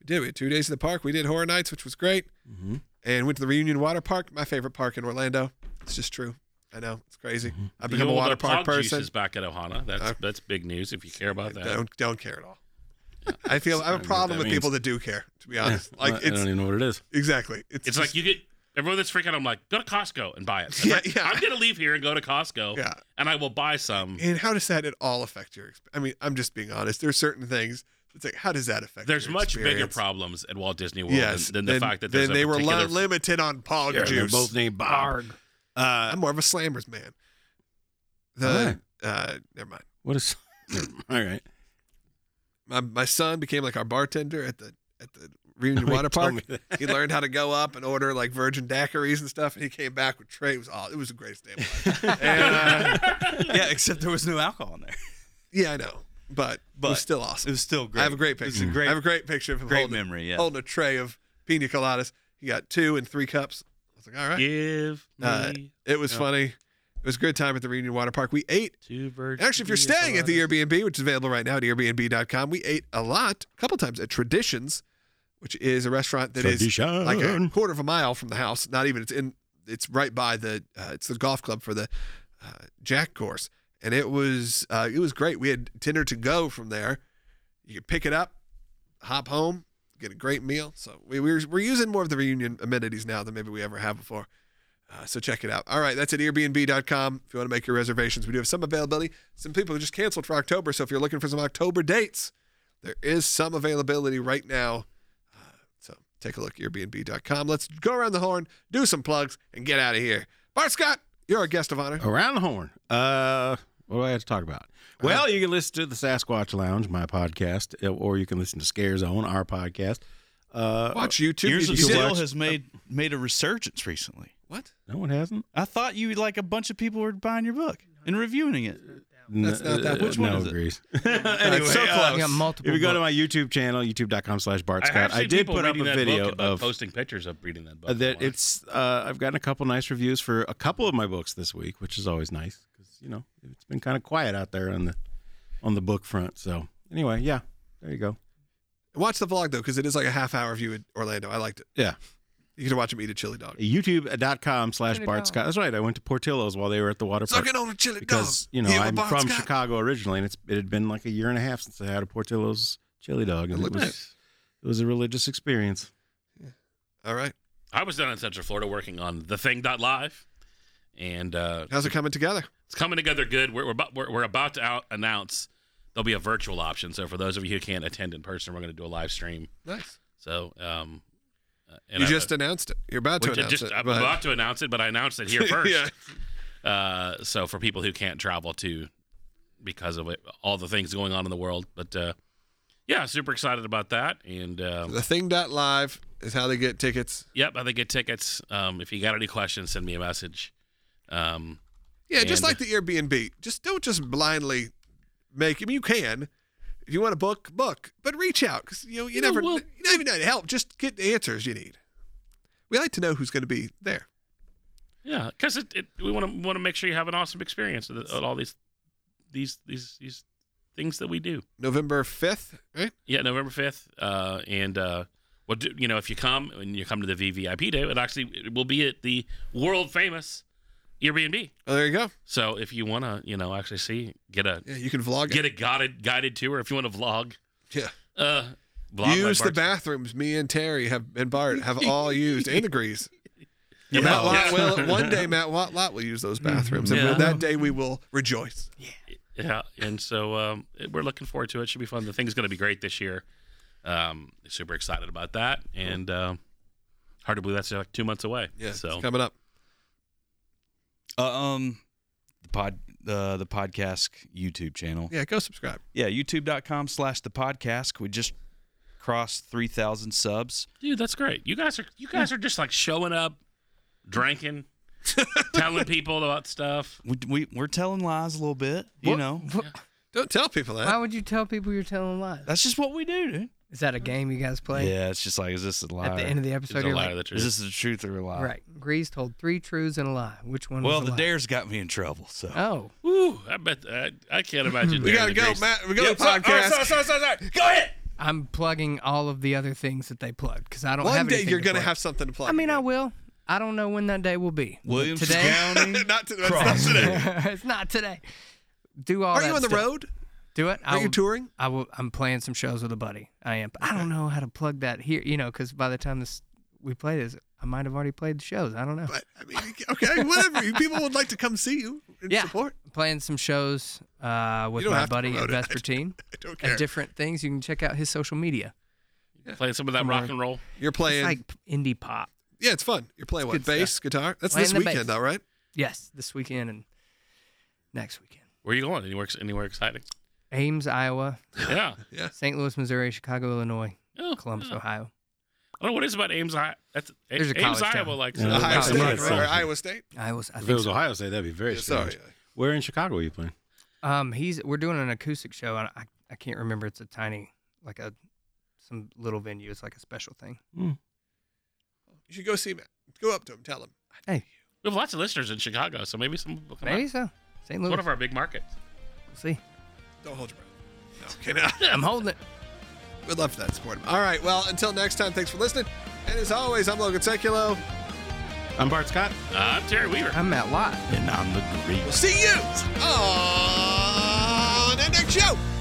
[SPEAKER 2] we did. We had two days in the park. We did horror nights, which was great,
[SPEAKER 4] Mm-hmm.
[SPEAKER 3] Mhm.
[SPEAKER 2] and went to the Reunion Water Park, my favorite park in Orlando. It's just true. I know it's crazy. I've become
[SPEAKER 4] The
[SPEAKER 2] a
[SPEAKER 4] old,
[SPEAKER 2] water
[SPEAKER 4] uh,
[SPEAKER 2] park
[SPEAKER 4] Pog Juice
[SPEAKER 2] person.
[SPEAKER 4] is back at Ohana. That's
[SPEAKER 2] Uh,
[SPEAKER 4] that's big news if you care about
[SPEAKER 2] I
[SPEAKER 4] that.
[SPEAKER 2] Don't don't care at all. I feel I
[SPEAKER 3] I don't know
[SPEAKER 2] have a
[SPEAKER 3] what
[SPEAKER 2] problem
[SPEAKER 3] that
[SPEAKER 2] with people that do care. To be honest,
[SPEAKER 3] Like
[SPEAKER 2] like
[SPEAKER 3] I don't
[SPEAKER 2] it's
[SPEAKER 3] even know what it is.
[SPEAKER 2] exactly. It's,
[SPEAKER 4] It's like you get Everyone that's freaking out, I'm like, go to Costco and buy it. I'm
[SPEAKER 2] Yeah,
[SPEAKER 4] like,
[SPEAKER 2] yeah.
[SPEAKER 4] I'm gonna leave here and go to Costco,
[SPEAKER 2] Yeah.
[SPEAKER 4] and I will buy some.
[SPEAKER 2] And how does that at all affect your? exp- I mean, I'm just being honest. There's certain things. It's like, how does that affect?
[SPEAKER 4] There's
[SPEAKER 2] your
[SPEAKER 4] much bigger
[SPEAKER 2] experience?
[SPEAKER 4] problems at Walt Disney World
[SPEAKER 2] Yes,
[SPEAKER 4] than, than the fact that there's
[SPEAKER 2] then
[SPEAKER 4] a
[SPEAKER 2] they were
[SPEAKER 4] particular
[SPEAKER 2] li- limited on Paul
[SPEAKER 3] Yeah, they're
[SPEAKER 2] juice.
[SPEAKER 3] both named Bob.
[SPEAKER 6] Arg.
[SPEAKER 3] Uh,
[SPEAKER 2] I'm more of a slammers man. The uh, never mind.
[SPEAKER 3] what is? All right.
[SPEAKER 2] My my son became like our bartender at the at the Reunion
[SPEAKER 3] Wait,
[SPEAKER 2] Water
[SPEAKER 3] tell
[SPEAKER 2] Park.
[SPEAKER 3] me that.
[SPEAKER 2] He learned how to go up and order like virgin daiquiris and stuff, and he came back with tray. It was all. It was the greatest day of my life.
[SPEAKER 5] And, uh, yeah, except there was no alcohol in there.
[SPEAKER 2] Yeah, I know, but but it
[SPEAKER 5] But
[SPEAKER 2] was still
[SPEAKER 5] It
[SPEAKER 2] awesome.
[SPEAKER 5] was still great.
[SPEAKER 2] I have a
[SPEAKER 5] It
[SPEAKER 2] great
[SPEAKER 5] was
[SPEAKER 2] picture.
[SPEAKER 5] a great,
[SPEAKER 2] I have a great picture of him
[SPEAKER 5] great
[SPEAKER 2] holding,
[SPEAKER 5] memory. Yeah.
[SPEAKER 2] holding a tray of pina coladas. He got two and three cups. I was like, all right.
[SPEAKER 4] Give me
[SPEAKER 2] Uh, It was funny. It was a good time at the Reunion Water Park. We ate.
[SPEAKER 4] two birds.
[SPEAKER 2] Actually, if you're staying at the Airbnb, which is available right now at airbnb.com, we ate a lot, a couple times at Traditions, which is a restaurant that is
[SPEAKER 3] Tradition.
[SPEAKER 2] like a quarter of a mile from the house. Not even it's in it's right by the uh, it's the golf club for the uh, Jack course, and it was uh, it was great. We had dinner to go from there. You could pick it up, hop home, get a great meal. So we, we're we're using more of the reunion amenities now than maybe we ever have before. Uh, so check it out. All right, that's at Airbnb.com. If you want to make your reservations, we do have some availability. Some people have just canceled for October, so if you're looking for some October dates, there is some availability right now. Uh, So take a look at Airbnb.com. Let's go around the horn, do some plugs, and get out of here. Bart Scott, you're our guest of honor.
[SPEAKER 3] Around the horn. Uh, what do I have to talk about? Well, you can listen to the Sasquatch Lounge, my podcast, uh, or you can listen to Scare Zone, our podcast. Uh,
[SPEAKER 2] Watch YouTube.
[SPEAKER 5] Years
[SPEAKER 2] You
[SPEAKER 5] of
[SPEAKER 2] did-
[SPEAKER 5] Steel has made made a resurgence recently.
[SPEAKER 2] What?
[SPEAKER 3] no, it hasn't.
[SPEAKER 5] I thought you like a bunch of people were buying your book and reviewing it.
[SPEAKER 2] That's not that
[SPEAKER 3] Uh,
[SPEAKER 2] Which
[SPEAKER 5] one
[SPEAKER 3] no,
[SPEAKER 5] is it?
[SPEAKER 3] Grease.
[SPEAKER 5] anyway,
[SPEAKER 3] so
[SPEAKER 5] uh,
[SPEAKER 6] You got multiple.
[SPEAKER 3] If you go to my
[SPEAKER 6] books.
[SPEAKER 3] YouTube channel, youtube.com slash Bart
[SPEAKER 4] I, have
[SPEAKER 3] Scott,
[SPEAKER 4] seen
[SPEAKER 3] I did
[SPEAKER 4] people
[SPEAKER 3] put up
[SPEAKER 4] reading
[SPEAKER 3] a
[SPEAKER 4] that
[SPEAKER 3] video
[SPEAKER 4] book and, like,
[SPEAKER 3] of
[SPEAKER 4] posting pictures of reading that book.
[SPEAKER 3] that
[SPEAKER 4] online.
[SPEAKER 3] it's uh, I've gotten a couple nice reviews for a couple of my books this week, which is always nice because you know it's been kind of quiet out there on the on the book front. So anyway, yeah, there you go.
[SPEAKER 2] Watch the vlog, though, because it is like a half hour view in Orlando. I liked it.
[SPEAKER 3] Yeah.
[SPEAKER 2] You can watch him eat a chili dog.
[SPEAKER 3] YouTube.com slash
[SPEAKER 6] Turn it
[SPEAKER 3] Bart
[SPEAKER 6] down.
[SPEAKER 3] Scott. That's right. I went to Portillo's while they were at the water park
[SPEAKER 2] Sucking on a chili
[SPEAKER 3] because
[SPEAKER 2] dog.
[SPEAKER 3] you know
[SPEAKER 2] Here with
[SPEAKER 3] I'm
[SPEAKER 2] Bart
[SPEAKER 3] from
[SPEAKER 2] Scott.
[SPEAKER 3] Chicago originally, and it's it had been like a year and a half since I had a Portillo's chili dog, and it,
[SPEAKER 2] looked
[SPEAKER 3] was
[SPEAKER 2] nice.
[SPEAKER 3] it was a religious experience.
[SPEAKER 2] All right.
[SPEAKER 4] I was down in Central Florida working on the thing live, and uh,
[SPEAKER 2] How's it coming together?
[SPEAKER 4] it's coming together good. We're we're about, we're, we're about to out announce there'll be a virtual option. So for those of you who can't attend in person, we're going to do a live stream.
[SPEAKER 2] Nice.
[SPEAKER 4] So um, uh, and
[SPEAKER 2] You
[SPEAKER 4] I-
[SPEAKER 2] just announced it. You're about to
[SPEAKER 4] we ju-
[SPEAKER 2] announce
[SPEAKER 4] just,
[SPEAKER 2] it.
[SPEAKER 4] I'm
[SPEAKER 2] but-
[SPEAKER 4] about to announce it, but I announced it here first. Uh, so for people who can't travel to because of it, all the things going on in the world, but uh, yeah, super excited about that. And um,
[SPEAKER 2] The thing dot live is how they get tickets.
[SPEAKER 4] yep, I think get tickets. Um, if you got any questions, send me a message. Um,
[SPEAKER 2] Yeah, just
[SPEAKER 4] And-
[SPEAKER 2] like the Airbnb. Just don't just blindly make. I mean, you can if you want to book, book, but reach out because you know you,
[SPEAKER 4] You know,
[SPEAKER 2] never
[SPEAKER 4] well-
[SPEAKER 2] you don't even need help. Just get the answers you need. We like to know who's going to be there.
[SPEAKER 4] yeah, because it, it, we want to want to make sure you have an awesome experience at, at all these these these these things that we do.
[SPEAKER 2] November fifth, right?
[SPEAKER 4] Yeah, November fifth, uh, and uh, well, do, you know, if you come and you come to the VVIP day, it actually it will be at the world famous Airbnb.
[SPEAKER 2] Oh, there you go.
[SPEAKER 4] So if you want to, you know, actually see, get a
[SPEAKER 2] Yeah, you can vlog.
[SPEAKER 4] get a guided guided tour if you want to vlog.
[SPEAKER 2] Yeah.
[SPEAKER 4] Uh, vlog
[SPEAKER 2] it. Use
[SPEAKER 4] like
[SPEAKER 2] the
[SPEAKER 4] Bart-
[SPEAKER 2] bathrooms. Me and Terry have and Bart have all used and agrees.
[SPEAKER 5] Yeah.
[SPEAKER 2] Matt Lott will one day. Matt Watt Lott will use those bathrooms, and
[SPEAKER 4] Yeah.
[SPEAKER 2] that day we will rejoice.
[SPEAKER 4] Yeah, and so um, it- we're looking forward to it. Should be fun. The thing's going to be great this year. Um, super excited about that, and um hard to believe that's like two months away.
[SPEAKER 2] Yeah,
[SPEAKER 4] so
[SPEAKER 2] it's coming up.
[SPEAKER 5] Uh, um, the pod uh, the podcast YouTube channel.
[SPEAKER 2] Yeah, go subscribe.
[SPEAKER 5] Yeah, youtube.com slash the podcast. We just crossed 3,000 subs.
[SPEAKER 4] Dude, that's great. You guys are you guys are just like showing up, drinking, telling people about stuff.
[SPEAKER 5] We, we, we're telling lies a little bit, you
[SPEAKER 6] What-
[SPEAKER 5] know.
[SPEAKER 6] wh-
[SPEAKER 2] Don't tell people that.
[SPEAKER 6] Why would you tell people you're telling lies?
[SPEAKER 5] That's just what we do, dude.
[SPEAKER 6] Is that a game you guys play?
[SPEAKER 5] yeah, it's just like, is this a lie?
[SPEAKER 6] At the end of the episode,
[SPEAKER 4] It's a
[SPEAKER 6] you're
[SPEAKER 4] lie
[SPEAKER 6] like,
[SPEAKER 4] of the truth.
[SPEAKER 5] is this the truth or a lie?
[SPEAKER 6] right. Grease told three truths and a lie. Which one?
[SPEAKER 5] Well,
[SPEAKER 6] was a
[SPEAKER 5] the
[SPEAKER 6] lie?
[SPEAKER 5] dares got me in trouble, so.
[SPEAKER 6] Oh,
[SPEAKER 4] Ooh, I bet I, I can't imagine.
[SPEAKER 2] we
[SPEAKER 4] being
[SPEAKER 2] gotta
[SPEAKER 4] the
[SPEAKER 2] go,
[SPEAKER 4] greatest-
[SPEAKER 2] Matt. We gotta
[SPEAKER 4] Yeah, oh,
[SPEAKER 2] go
[SPEAKER 4] sorry,
[SPEAKER 2] podcast.
[SPEAKER 4] all right, sorry, sorry, sorry, sorry. Go ahead.
[SPEAKER 6] I'm plugging all of the other things that they plugged because I don't
[SPEAKER 2] One
[SPEAKER 6] have
[SPEAKER 2] day
[SPEAKER 6] anything
[SPEAKER 2] you're
[SPEAKER 6] to
[SPEAKER 2] gonna
[SPEAKER 6] plug.
[SPEAKER 2] have something to plug.
[SPEAKER 6] I mean, I
[SPEAKER 2] again.
[SPEAKER 6] will. I don't know when that day will be.
[SPEAKER 5] Williams
[SPEAKER 6] Today?
[SPEAKER 5] County.
[SPEAKER 2] not, to, that's not today.
[SPEAKER 6] it's not today. Do all.
[SPEAKER 2] Are
[SPEAKER 6] that
[SPEAKER 2] you on the
[SPEAKER 6] stuff.
[SPEAKER 2] road?
[SPEAKER 6] Do it.
[SPEAKER 2] Are you touring?
[SPEAKER 6] I will. I'm playing some shows with a buddy. I am. I don't know how to plug that here, you know, because by the time this we played this. I might have already played the shows. I don't know.
[SPEAKER 2] But I mean, okay, whatever. People would like to come see you and
[SPEAKER 6] Yeah.
[SPEAKER 2] support.
[SPEAKER 6] playing some shows uh, with
[SPEAKER 2] don't
[SPEAKER 6] my
[SPEAKER 2] have to
[SPEAKER 6] buddy at
[SPEAKER 2] promote it.
[SPEAKER 6] Vespertine
[SPEAKER 2] I don't care.
[SPEAKER 6] and different things. You can check out his social media.
[SPEAKER 4] Playing some of that rock and roll.
[SPEAKER 2] You're
[SPEAKER 6] It's
[SPEAKER 2] playing.
[SPEAKER 6] like p- indie pop.
[SPEAKER 2] yeah, it's fun. You're playing what?
[SPEAKER 6] good stuff.
[SPEAKER 2] Bass, guitar. That's
[SPEAKER 6] Playing
[SPEAKER 2] this
[SPEAKER 6] the
[SPEAKER 2] weekend,
[SPEAKER 6] bass.
[SPEAKER 2] though, right?
[SPEAKER 6] Yes, this weekend and next weekend.
[SPEAKER 4] Where are you going? Anywhere, anywhere exciting?
[SPEAKER 6] Ames, Iowa,
[SPEAKER 4] Yeah.
[SPEAKER 6] St. Louis, Missouri, Chicago, Illinois,
[SPEAKER 4] Oh,
[SPEAKER 6] Columbus,
[SPEAKER 4] yeah.
[SPEAKER 6] Ohio.
[SPEAKER 4] I don't know what it is about Ames, I- that's,
[SPEAKER 6] There's a
[SPEAKER 4] Ames
[SPEAKER 6] college town.
[SPEAKER 4] Iowa. Like,
[SPEAKER 3] Yeah.
[SPEAKER 2] Ohio Uh,
[SPEAKER 6] that's
[SPEAKER 2] State,
[SPEAKER 6] right.
[SPEAKER 2] right? Or Iowa State.
[SPEAKER 6] I was. I
[SPEAKER 3] If it
[SPEAKER 6] think
[SPEAKER 3] was
[SPEAKER 6] so.
[SPEAKER 3] Ohio State, that'd be very
[SPEAKER 2] Yeah,
[SPEAKER 3] strange.
[SPEAKER 2] sorry.
[SPEAKER 3] Where in Chicago are you playing?
[SPEAKER 6] Um, he's. We're doing an acoustic show. And I I can't remember. It's a tiny, like a, some little venue. It's like a special thing.
[SPEAKER 2] You should go see him. Go up to him. Tell him.
[SPEAKER 6] Hey,
[SPEAKER 4] we have lots of listeners in Chicago, so maybe some will come
[SPEAKER 6] maybe
[SPEAKER 4] out.
[SPEAKER 6] so. St.
[SPEAKER 4] It's
[SPEAKER 6] Louis.
[SPEAKER 4] one of our big markets.
[SPEAKER 6] We'll see.
[SPEAKER 2] Don't hold your breath. No, cannot.
[SPEAKER 4] Uh,
[SPEAKER 6] I'm holding it.
[SPEAKER 2] We'd love for that support. All right. Well, until next time, thanks for listening. And as always, I'm Logan Seculo.
[SPEAKER 3] I'm Bart Scott.
[SPEAKER 4] Uh, I'm Terry Weaver.
[SPEAKER 6] I'm Matt Lott.
[SPEAKER 2] We'll see you on the next show.